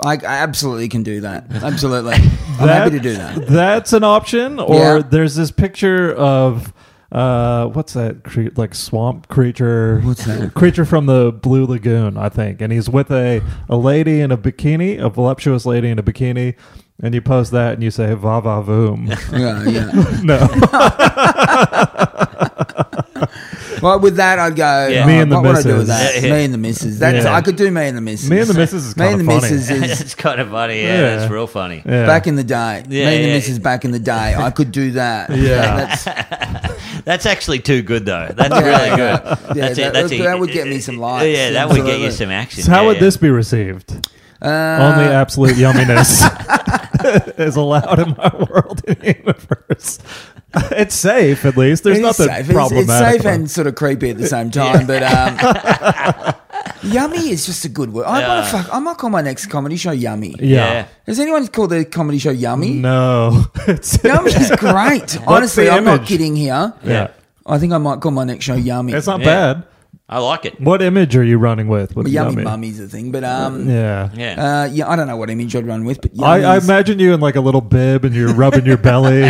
D: I, I absolutely can do that. Absolutely, I'm happy to do that.
B: That's an option. Or
D: Yeah.
B: there's this picture of. Uh, what's that? Cre- like swamp creature?
D: What's that?
B: Creature from the Blue Lagoon, I think. And he's with a a lady in a bikini, a voluptuous lady in a bikini. And you post that, and you say "va va voom."
D: Yeah, yeah.
B: no,
D: Well, with that, I'd go. uh,
C: Yeah.
B: Me and the
D: what would I do
B: missus.
D: with that?
C: Yeah, yeah.
D: Me and the missus. That's
B: Yeah.
D: I could do me and the missus.
B: Me and the missus is
D: me and the
B: kinda funny.
D: missus is
C: it's kind of funny. Yeah,
B: Yeah.
C: that's real funny.
B: yeah.
D: back in the day.
C: Yeah,
D: me and the
C: yeah.
D: missus back in the day. I could do that.
B: Yeah.
D: that's
C: That's actually too good though. That's
D: Yeah,
C: really
D: yeah.
C: good.
D: Yeah,
C: that's
D: that-
C: it. That's
D: that would get me some likes.
C: Yeah, that would get you
D: Absolutely.
C: some action.
B: So how
C: Yeah,
B: would
C: yeah.
B: this be received?
D: uh,
B: Only absolute yumminess is allowed in my world and universe. It's safe, at least. There's
D: it is
B: nothing
D: safe. It's-
B: problematic.
D: It's, safe
B: about
D: and sort of creepy at the same time, but. um Yummy is just a good word. I want
C: Yeah.
D: to fuck. I might call my next comedy show Yummy.
B: it. yeah.
C: Yeah.
D: Has anyone called their comedy show Yummy?
B: No, it's
D: Yummy's great. Honestly,
B: the
D: I'm not
B: image?
D: kidding here.
B: yeah.
D: I think I might call my next show Yummy.
B: It's not
C: Yeah.
B: bad.
C: I like it.
B: What image are you running with? with
D: yummy,
B: yummy?
D: mummy's a thing, but um,
B: Yeah.
C: Yeah.
D: uh, yeah, I don't know what image I'd run with, but
B: I, I
D: yummy's-
B: imagine you in like a little bib and you're rubbing your belly.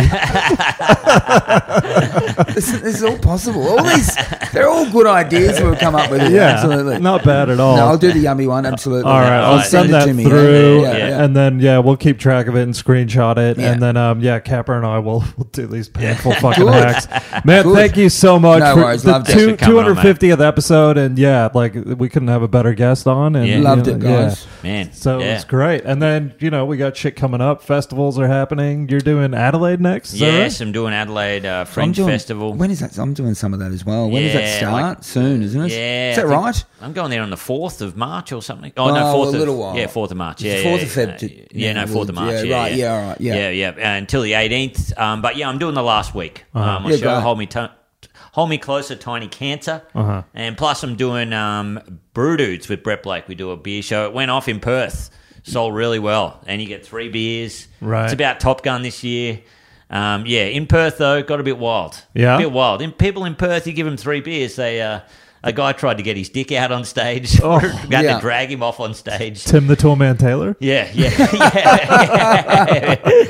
D: this, this is all possible. All these, they're all good ideas we've come up with. here,
B: Yeah,
D: absolutely. No,
B: not bad at all.
D: I'll do the yummy one. Absolutely.
B: All right, I'll
C: Alright,
B: send
D: it
B: that
D: to me.
B: through,
D: Yeah, yeah, yeah.
B: and then yeah, we'll keep track of it and screenshot it,
D: Yeah.
B: and then um, yeah, Capper and I will will do these painful fucking
D: Good.
B: hacks. Man,
D: Good.
B: thank you so much
D: No
B: for
D: worries,
B: the
D: loved it.
B: two
C: Thanks
B: two
C: for coming on,
B: hundred fiftieth episode, and yeah, like we couldn't have a better guest on, and
C: Yeah.
B: you
D: Loved
B: know,
D: it,
B: yeah.
D: guys.
C: Man.
B: So
C: yeah.
B: it's great, and then you know we got shit coming up. Festivals are happening. You're doing Adelaide next, is that
C: Yes, I'm doing Adelaide uh,
D: I'm
C: Fringe
D: doing-
C: Festival.
D: When is that? I'm doing some of that as well. Oh, When does
C: Yeah,
D: that start? Soon, isn't it?
C: Yeah.
D: Is that
C: I think-
D: right?
C: I'm going there on the 4th of March or something. Oh,
D: Oh,
C: no, 4th
D: a
C: of,
D: little while.
C: Yeah, 4th of March.
D: It's
C: Yeah,
D: the 4th
C: yeah,
D: of Feb
C: uh,
D: to-
C: yeah, no, 4th of
D: yeah,
C: March. Yeah,
D: right, yeah, all right, yeah.
C: Yeah, yeah, uh, until the 18th. Um, but yeah, I'm doing the last week.
B: Uh-huh.
C: Uh, my
D: Yeah,
C: show,
D: great.
C: Hold Me T- Hold Me Closer, Tiny Cancer.
B: Uh-huh.
C: And plus I'm doing um, Brew Dudes with Brett Blake. We do a beer show. It went off in Perth. Sold really well. And you get three beers.
B: Right.
C: It's about Top Gun this year. Um, yeah, in Perth though, got a bit wild.
B: Yeah?
C: A bit wild. In people in Perth, you give them three beers, they uh, a guy tried to get his dick out on stage. Oh, had
D: Yeah.
C: to drag him off on stage.
B: Tim the Toolman Taylor.
C: Yeah, yeah, yeah.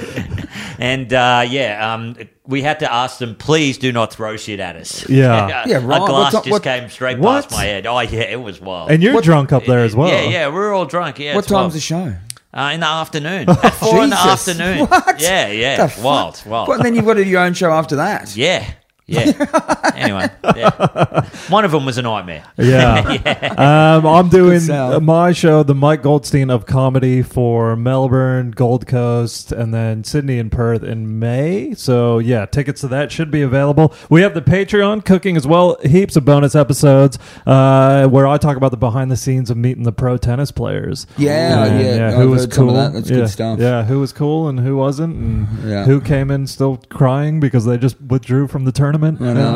C: and uh, yeah, um, we had to ask them, please do not throw shit at us.
B: Yeah.
D: Yeah,
C: a
D: right.
C: glass
D: What's up-
C: just
D: what-
C: came straight
B: What?
C: past my head. Oh yeah, it was wild.
B: And you're
D: What-
B: drunk up there as well.
C: Yeah, yeah, we we're all drunk. Yeah,
D: What
C: it's
D: time's
C: wild.
D: the show?
C: Uh, in the afternoon. At four in the
D: Jesus.
C: afternoon.
D: What?
C: Yeah,
D: The
C: yeah.
D: fuck?
C: wild,
B: Oh.
C: wild.
D: Well, then you've got to do your own show after that.
C: Yeah. Yeah. anyway, yeah. one of them was a nightmare.
B: Yeah. Um, I'm doing
D: sell.
B: uh, my show, The Mike Goldstein of Comedy, for Melbourne, Gold Coast, and then Sydney and Perth in May. So, yeah, tickets to that should be available. We have the Patreon cooking as well. Heaps of bonus episodes uh, where I talk about the behind the scenes of meeting the pro tennis players.
D: Yeah,
B: And,
D: yeah, I've heard some of that. That's
B: yeah,
D: good stuff.
B: Yeah, who was cool and who wasn't, and
D: Yeah.
B: who came in still crying because they just withdrew from the tournament.
D: I know,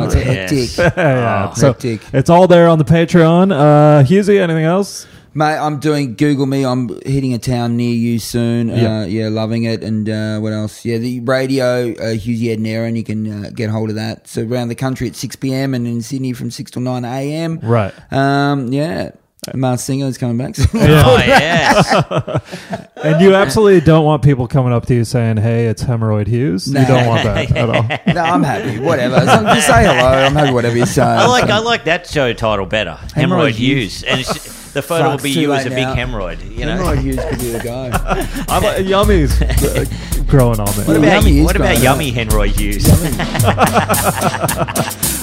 B: Oh,
D: it's
C: Yes.
D: hectic.
B: yeah,
C: Oh,
B: so
D: hectic.
B: it's all there on the Patreon. Uh, Husey, anything else?
D: Mate, I'm doing Google Me. I'm hitting a town near you soon.
B: Yeah.
D: Uh, yeah, loving it. And uh, what else? Yeah, the radio, uh, Hughie Ed and Aaron, you can uh, get hold of that. So around the country at 6 p.m. and in Sydney from 6 till 9 a.m.
B: Right. Uh,
D: Um, yeah. Mars Singer's coming back.
C: Oh yes.
B: And you absolutely don't want people coming up to you saying, "Hey, it's Hemorrhoid Hughes." You
D: No.
B: don't want that at all.
D: no, I'm happy. Whatever. As long as you say hello, I'm happy. Whatever you say.
C: I like I like that show title better. Hemorrhoid
D: Hemorrhoid
C: Hughes, and it's, the photo will
D: Fuck,
C: be
D: too
C: you as a
D: late
C: big
D: now.
C: hemorrhoid. You know.
D: Hemorrhoid Hughes could be the guy.
B: I like, yummy's uh, growing on
C: What
B: me.
D: Yeah.
C: about
D: Yummy is
C: what about
D: great.
C: yummy hemorrhoid Hughes?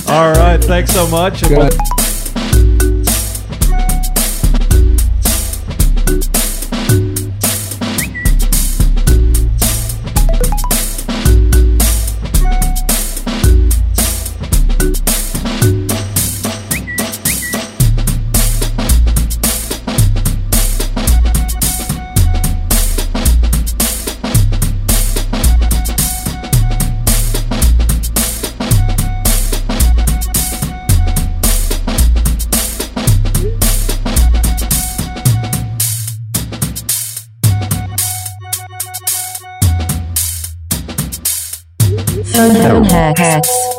B: All right, thanks so much. and we'll-
D: Good.
A: Phone hacks.